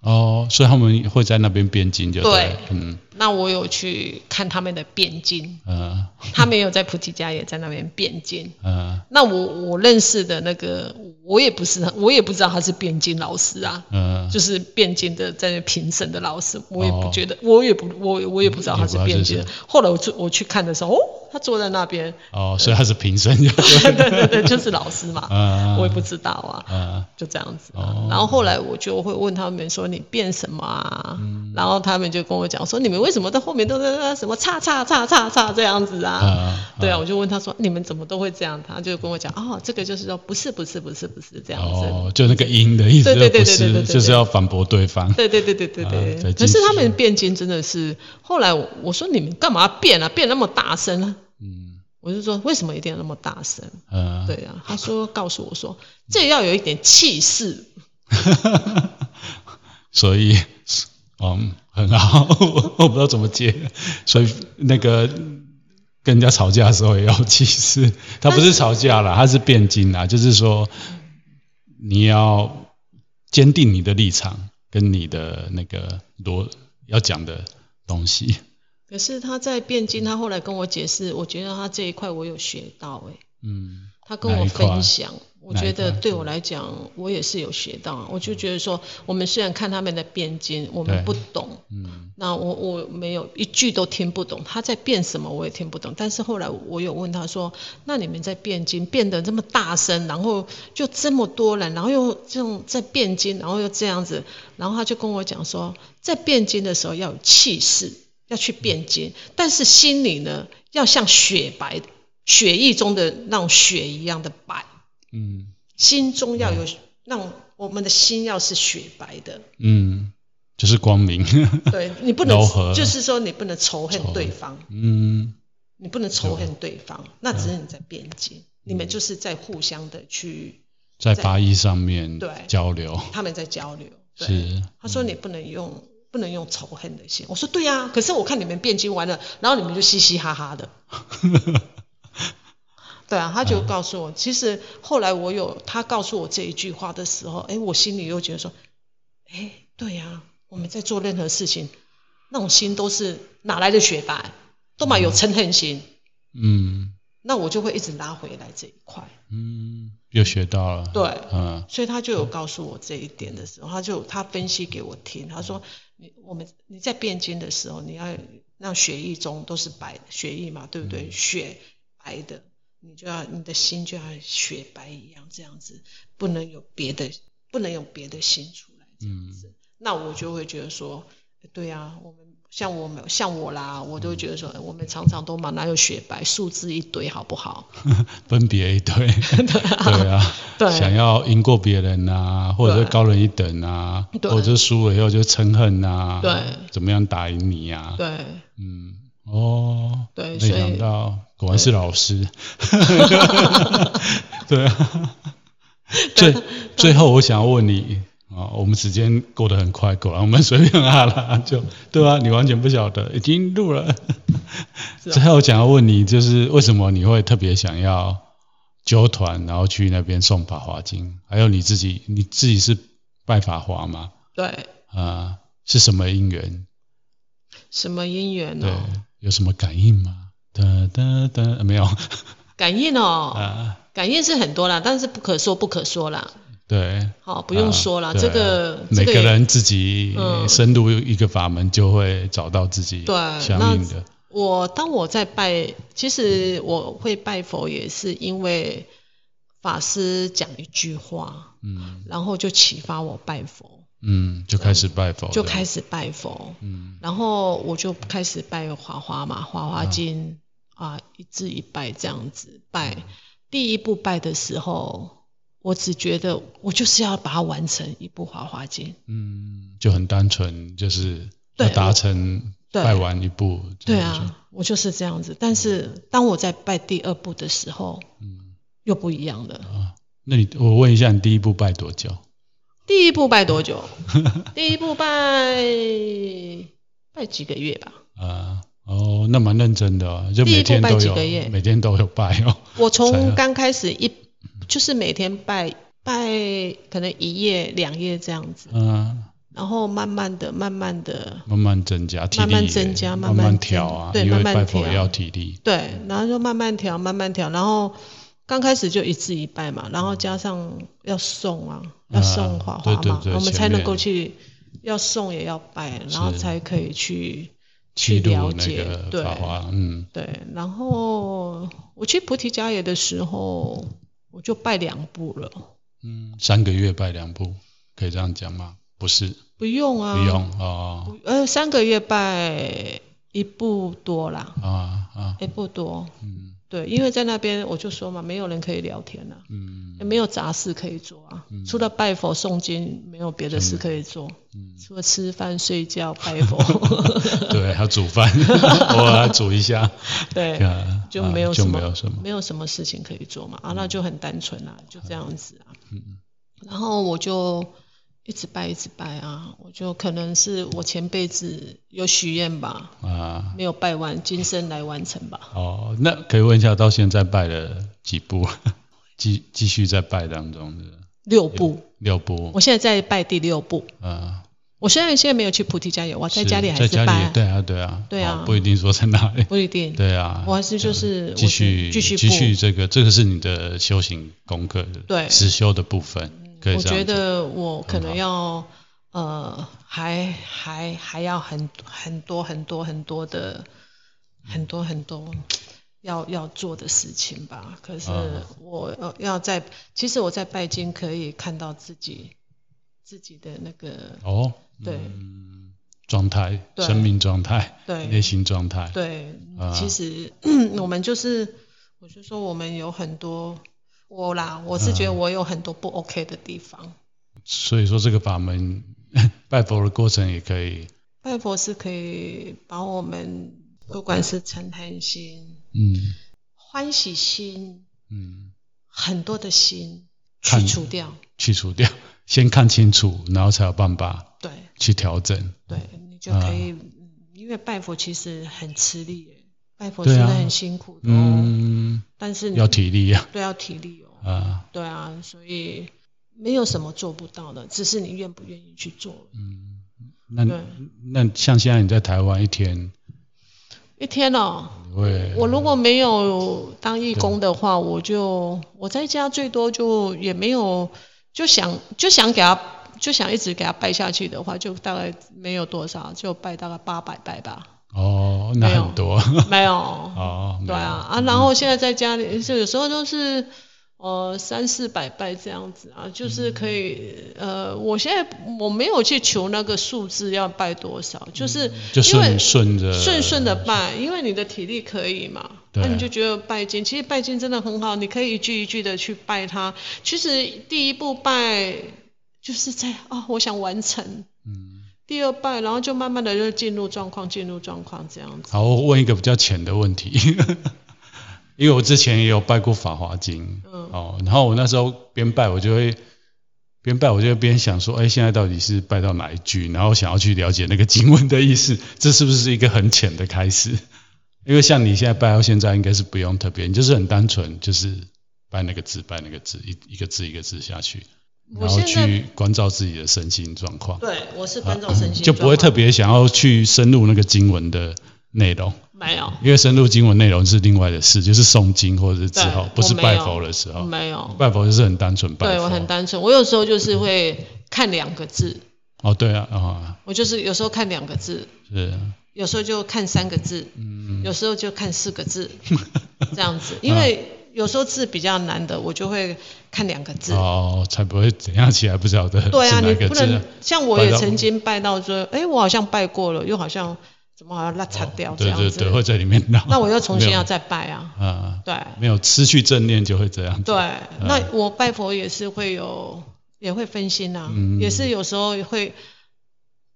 哦，所以他们会在那边边境就对对，嗯那我有去看他们的辩经，呃他们也有在菩提家也在那边辩经。呃那我我认识的那个，我也不是很，我也不知道他是辩经老师啊，呃，就是辩经的在那评审的老师，我也不哦觉得，我也不，我也我也不知道他是也辩不知经道的这。后来我去我去看的时候，哦，他坐在那 边，哦，所以他是平生 就对，对对对，就是老师嘛，呃我也不知道啊。呃就这样子、啊哦然后后来我就会问他们说你变什么啊？然后他们就跟我讲说你们为什么在后面都在什么叉叉叉叉叉这样子啊？呃，对啊，我就问他说你们怎么都会这样？他就跟我讲哦，这个就是说不是不是不是不是这样子。哦，就那个音的意思，对对对就不对对对是对就是要反驳对方，对对对对对对啊再可进是他去们辩经真的是，后来我我说你们干嘛变啊，变那么大声啊？嗯我就说为什么一定要那么大声？呃，对啊，他说告诉我说这要有一点气势， 所以，嗯，很好， 我我不知道怎么接，所以那个跟人家吵架的时候也要气势，他不是吵架啦，他是辩经啦，就是说你要坚定你的立场跟你的那个逻要讲的东西，可是他在汴京，他后来跟我解释，我觉得他这一块我有学到、欸，嗯他跟我哪一块分享，我觉哪得一块对我来讲，我也是有学到啊，我就觉得说，我们虽然看他们的汴京，我们对不懂。嗯那我我没有一句都听不懂，他在变什么我也听不懂。但是后来我有问他说：“那你们在变经变得这么大声，然后就这么多人，然后又这种在变经，然后又这样子。”然后他就跟我讲说，在变经的时候要有气势，要去变经，但是心里呢要像雪白血液中的那种雪一样的白，嗯心中要有那种我们的心要是雪白的。嗯，就是光明， 对你不能柔和，就是说你不能仇恨对方，嗯你不能仇恨对方，那只是你在辩解，嗯你们就是在互相的去，在发音上面对交流他们在交流。对，是。 他说你不能用不能用仇恨的心，我说对啊呀、可是我看你们辩经完了，然后你们就嘻嘻哈哈的。对啊，他就告诉我，其实后来我有他告诉我这一句话的时候，哎，我心里又觉得说，哎，对呀、我们在做任何事情，那种心都是哪来的雪白，都嘛有嗔恨心。嗯那我就会一直拉回来这一块。嗯，又学到了。对嗯所以他就有告诉我这一点的时候，他就他分析给我听，他说你我们你在辩经的时候，你要让血液中都是白血液嘛，对不对？雪白的，你就要你的心就要雪白一样这样子，不能有别的，不能有别的心出来这样子。那我就会觉得说，对啊，我们。像我们像我啦，我都觉得说，我们常常都嘛哪有雪白，树枝一堆好不好？分别一 对，对啊，对想要赢过别人啊，或者是对高人一等啊，对或者是输了以后就嗔恨啊，对，怎么样打赢你啊？对，嗯，哦，对没所以想到果然是老 师， 对啊，最最后我想要问你。啊、我们时间过得很快，果然我们随便啊啦， 就对啊，你完全不晓得，已经录了。是啊最后想要问你，就是为什么你会特别想要纠团，然后去那边送法华经？还有你自己，你自己是拜法华吗？对，啊、是什么因缘？什么姻缘对哦？，有什么感应吗？哒哒哒，呃没有啊、感应哦，感应是很多啦，但是不可说不可说啦，对，好、不用说啦，啊这对个这每个个也人自己嗯深入一个法门，就会找到自己对相应的。我当我在拜，其实我会拜佛也是因为法师讲一句话，嗯然后就启发我拜佛，嗯，就开始拜佛，就开，始拜佛，嗯然后我就开始拜华华嘛，华华经啊一字一拜这样子拜。第一步拜的时候，我只觉得我就是要把它完成一部华华经，嗯，就很单纯，就是对要达成对拜完一步，对这样子，啊，我就是这样子。但是当我在拜第二步的时候，嗯又不一样了。啊，那你我问一下，你第一步拜多久？第一步拜多久？第一步拜拜几个月吧。啊，哦，那蛮认真的哦，就第一每步天拜都几有个月，每天都有拜哦，我怎样从刚开始一就是每天拜拜，可能一页两页这样子，嗯、然后慢慢的、慢慢的，慢慢增加体力慢也，慢增加慢慢慢调啊，增对因为慢慢拜佛调要体力，对，然后就慢慢调、慢慢调，然后刚开始就一字一拜嘛，然后加上要送啊，要送花花嘛，对对对我们才前面能够去要送也要拜，然后是才可以去去记录了那解，个对法华，嗯对。然后我去菩提伽耶的时候，我就拜两步了。嗯，三个月拜两步，可以这样讲吗？不是，不用啊，不用哦呃，三个月拜一步多啦，啊啊，一步多。嗯对，因为在那边我就说嘛，没有人可以聊天啊， 嗯也没有杂事可以做啊，除了拜佛诵经，没有别的事可以做，嗯，除了吃饭睡觉拜 佛，对，还要煮饭， 偶尔还煮一下，对，啊就啊没有就什没么有什么，没有什么事情可以做嘛，啊，那就很单纯啊，就这嗯样子啊。然后我就一直拜一直拜啊，我就可能是我前辈子有许愿吧，啊。没有拜完，今生来完成吧。哦，那可以问一下，到现在拜了几步？ 继继续在拜当中是不是六步，六步我，现在在拜第六步。啊，我虽然现在没有去菩提伽耶，我在是家里还在是家拜里，，对啊，对啊，对啊哦不一定说在哪里，不一定。对啊，我还是就是继续我继续继续步。这个，这个是你的修行功课，对实修的部分，可以我这样觉讲得我可能要呃，还还还要很很多很多很多的很多很多要要做的事情吧。可是啊我呃要在，其实我在拜经可以看到自己自己的那个哦，对嗯状态、对生命状态、对内心状态，对，啊其实 我们就是，我就说我们有很多我啦，我是觉得我有很多不 OK 的地方。所以说这个法门 拜佛的过程也可以，拜佛是可以把我们不管是嗔恨心、嗯欢喜心，嗯，很多的心看去除掉。去除掉， 先看清楚，然后才有办法对去调整。对，你就可啊以，嗯因为拜佛其实很吃力耶，拜佛对真啊的很辛苦的哦。嗯，但是你要体力啊，对要体力哦。啊，对啊，所以没有什么做不到的，只是你愿不愿意去做。嗯，那对那像现在你在台湾一天，一天哦，你会我如果没有当义工的话，我就我在家最多就也没有，就想就想给他就想一直给他拜下去的话，就大概没有多少，就拜大概八百拜吧，哦，那没有很多 没有。哦，没对有啊，啊，然后现在在家里就有时候就是。呃，三四百拜这样子啊，就是可以。呃，我现在我没有去求那个数字要拜多少，嗯就是就因为顺顺着顺顺的拜，因为你的体力可以嘛，那、对你就觉得拜经，其实拜经真的很好，你可以一句一句的去拜它。其实第一步拜就是在啊、我想完成；嗯，第二拜，然后就慢慢的就进入状况，进入状况这样子。好，我问一个比较浅的问题，因为我之前也有拜过《法华经》嗯哦，然后我那时候边拜，我就会边拜，我就会边想说，哎，现在到底是拜到哪一句？然后想要去了解那个经文的意思，这是不是一个很浅的开始？因为像你现在拜到现在，应该是不用特别，你就是很单纯，就是拜那个字，拜那个字，一一个字一个字下去，我然后现在去关照自己的身心状况。对我是观众身心、啊就不会特别想要去深入那个经文的内容，没有。因为深入经文内容是另外的事，就是诵经或者是之后对，不我是没有拜佛的时候，没有，拜佛就是很单纯哦拜佛。对我很单纯。我有时候就是会看两个字，哦，对啊，啊、我就是有时候看两个字，是，有时候就看三个字，嗯， 有时候就看四个字，这样子。因为有时候字比较难的，我就会看两个字。哦，才不会怎样起来不晓得对啊，是你哪个不字能啊。像我也拜到曾经拜到说，哎、我好像拜过了，又好像怎么好像拉惨掉这对样对子。对，会在里面闹。那我又重新 没有要再拜啊，啊，对没有失去正念就会这样子。对、嗯那我拜佛也是会有，也会分心啊，嗯也是有时候会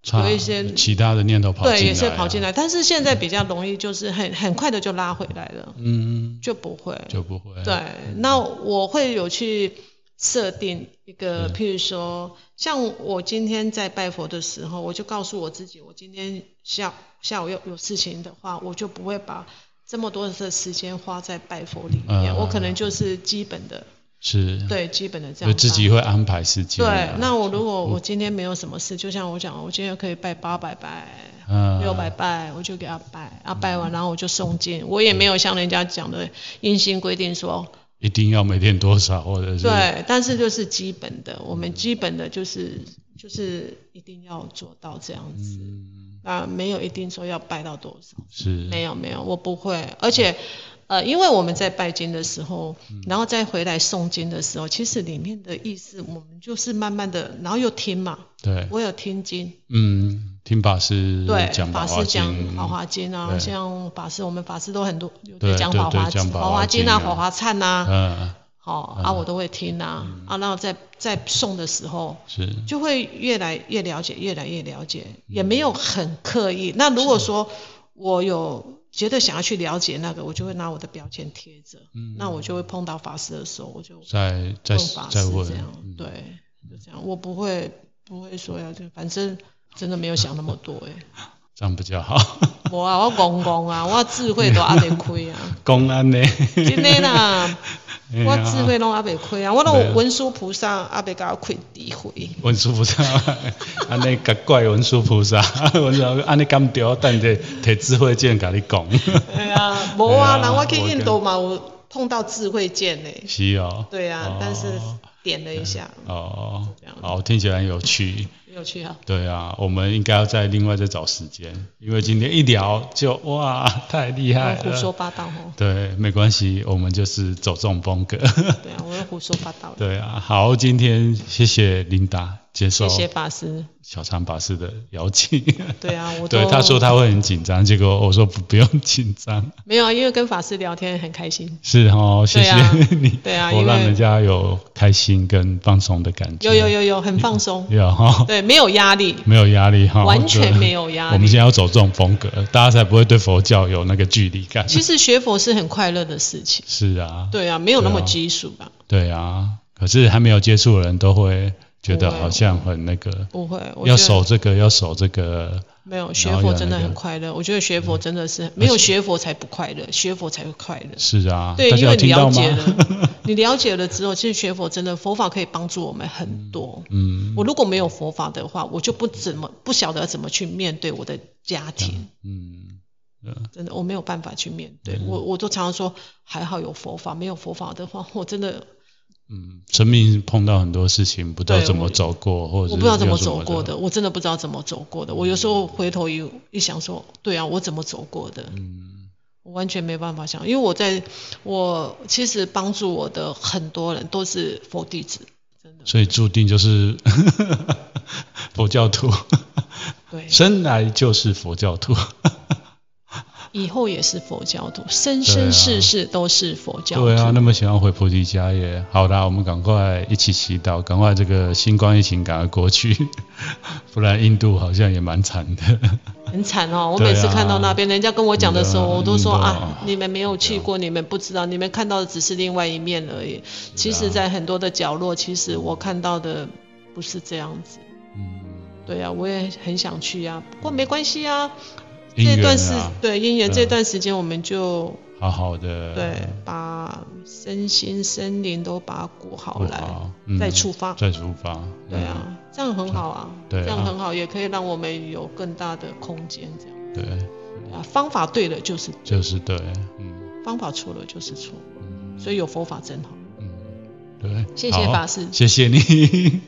差，有一些其他的念头跑进来、啊。对，也是跑进。来，但是现在比较容易，就是很很快的就拉回来了，嗯，就不会。就不会。对，那我会有去设定一嗯个，譬如说，像我今天在拜佛的时候，我就告诉我自己，我今天下下午有有事情的话，我就不会把这么多的时间花在拜佛里面，嗯我可能就是基本的，是。对，基本的这嗯就样。自己。会安排时间啊、对，那我如果我今天没有什么事，就像我讲，我今天可以拜八百拜，嗯六百拜，我就给他拜，啊拜完然后我就诵经，我也没有像人家讲的硬性规定说，一定要每天多少，或者是对，但是就是基本的，我们基本的就是就是一定要做到这样子，嗯啊没有一定说要拜到多少，是没有没有，我不会，而且。呃，因为我们在拜经的时候，嗯然后再回来诵经的时候，其实里面的意思，我们就是慢慢的，然后又听嘛，对，我有听经，嗯，听法师对，讲法华师讲经《法华经》啊，对像法师，我们法师都很多有对在讲对《法对华讲法法华华经》经啊，啊《法华忏》啊，嗯，好啊，我都会听啊，啊，然后在在诵的时候。是就会越来越了解，越来越了解，嗯也没有很刻意。那如果说我有觉得想要去了解那个，我就会拿我的标签贴着。嗯那我就会碰到法师的时候，我就在在问法师在问嗯这，样，对，就这样。我不会不会说要这，反正真的没有想那么多哎、这样比较好。 无啊，我戆戆啊，我智慧都还袂开啊，公安呢？真的 啦，我智慧拢还袂开啊，我哎对啊拢文殊菩萨还袂甲我开智慧。文殊菩萨， 安尼甲怪文殊菩萨， 文殊安尼敢对，等者摕智慧剑甲你讲， 哎呀，无啊，对啊人我去印度嘛，有碰到智慧剑嘞、是哦。对啊哦，但是点了一下，哦这样，好，听起来很有趣。很有趣啊。对啊，我们应该要再另外再找时间，因为今天一聊就哇，太厉我害胡说了。八道哦，对，没关系，我们就是走这种风格。 对啊，我又胡说八道了。呃对啊，好，今天谢谢琳达接受谢谢法师。小长法师的邀请。对啊， 我都对，他说他会很紧张，结果我说不不用紧张，没有啊，因为跟法师聊天很开心。是哦，谢对啊谢你，对啊我因让为人家有开心跟放松的感觉，有有有有，很放松。有哈，对，没有压力，没有压力哈，完全对没 有压力我们现在要走这种风格，大家才不会对佛教有那个距离感。其实学佛是很快乐的事情。是啊，对啊，没有那么对啊基础吧？对啊，可是还没有接触的人都会觉得不会好像很那个，不会，我觉得要守这个，要守这个，没有然学后佛有真的那个嗯很快乐。我觉得学佛真的是没有学佛才不快乐，学佛才会快乐。是啊，对，大家因有为听你到了解吗？ 了， 你了解了之后，其实学佛真的佛法可以帮助我们很多。嗯我如果没有佛法的话，我就不怎么不晓得怎么去面对我的家庭，嗯，真的我没有办法去面对。我我都常常说，还好有佛法，没有佛法的话， 我真的嗯，生命碰到很多事情，不知道对怎么我走过，或者嗯我是不知道怎有么什走过的，的，我真的不知道怎么走过的。我有时候回头一一想说，对啊，我怎么走过的？嗯我完全没办法想，因为我在我其实帮助我的很多人都是佛弟子，真的所以注定就是 佛教 徒，对。生来就是佛教徒，以后也是佛教徒，生对啊生世世都是佛教徒。对啊，那么想要回菩提家也好啦，我们赶快一起祈祷，赶快这个新冠疫情赶快过去， 不然印度好像也蛮惨的。很惨哦。我对啊嗯每次看到那边、人家跟我讲的时候，真的我都说真的啊，你们没有去过，你们不知道，你们看到的只是另外一面而啊已。其实，在很多的角落，其实我看到的不是这样子。嗯，对啊，我也很想去啊，不过没关系啊。因这段缘时啊，对姻缘嗯这段时间，我们就好好的，对把身心身灵都把它顾好不来，好，嗯再出发。再出发，对啊，这样很好啊，对啊这样很好，也可以让我们有更大的空间，这样嗯，对，啊，方法对了就是对，就是对，嗯方法错了就是错，嗯所以有佛法真好。嗯，对，谢谢好法师谢谢你。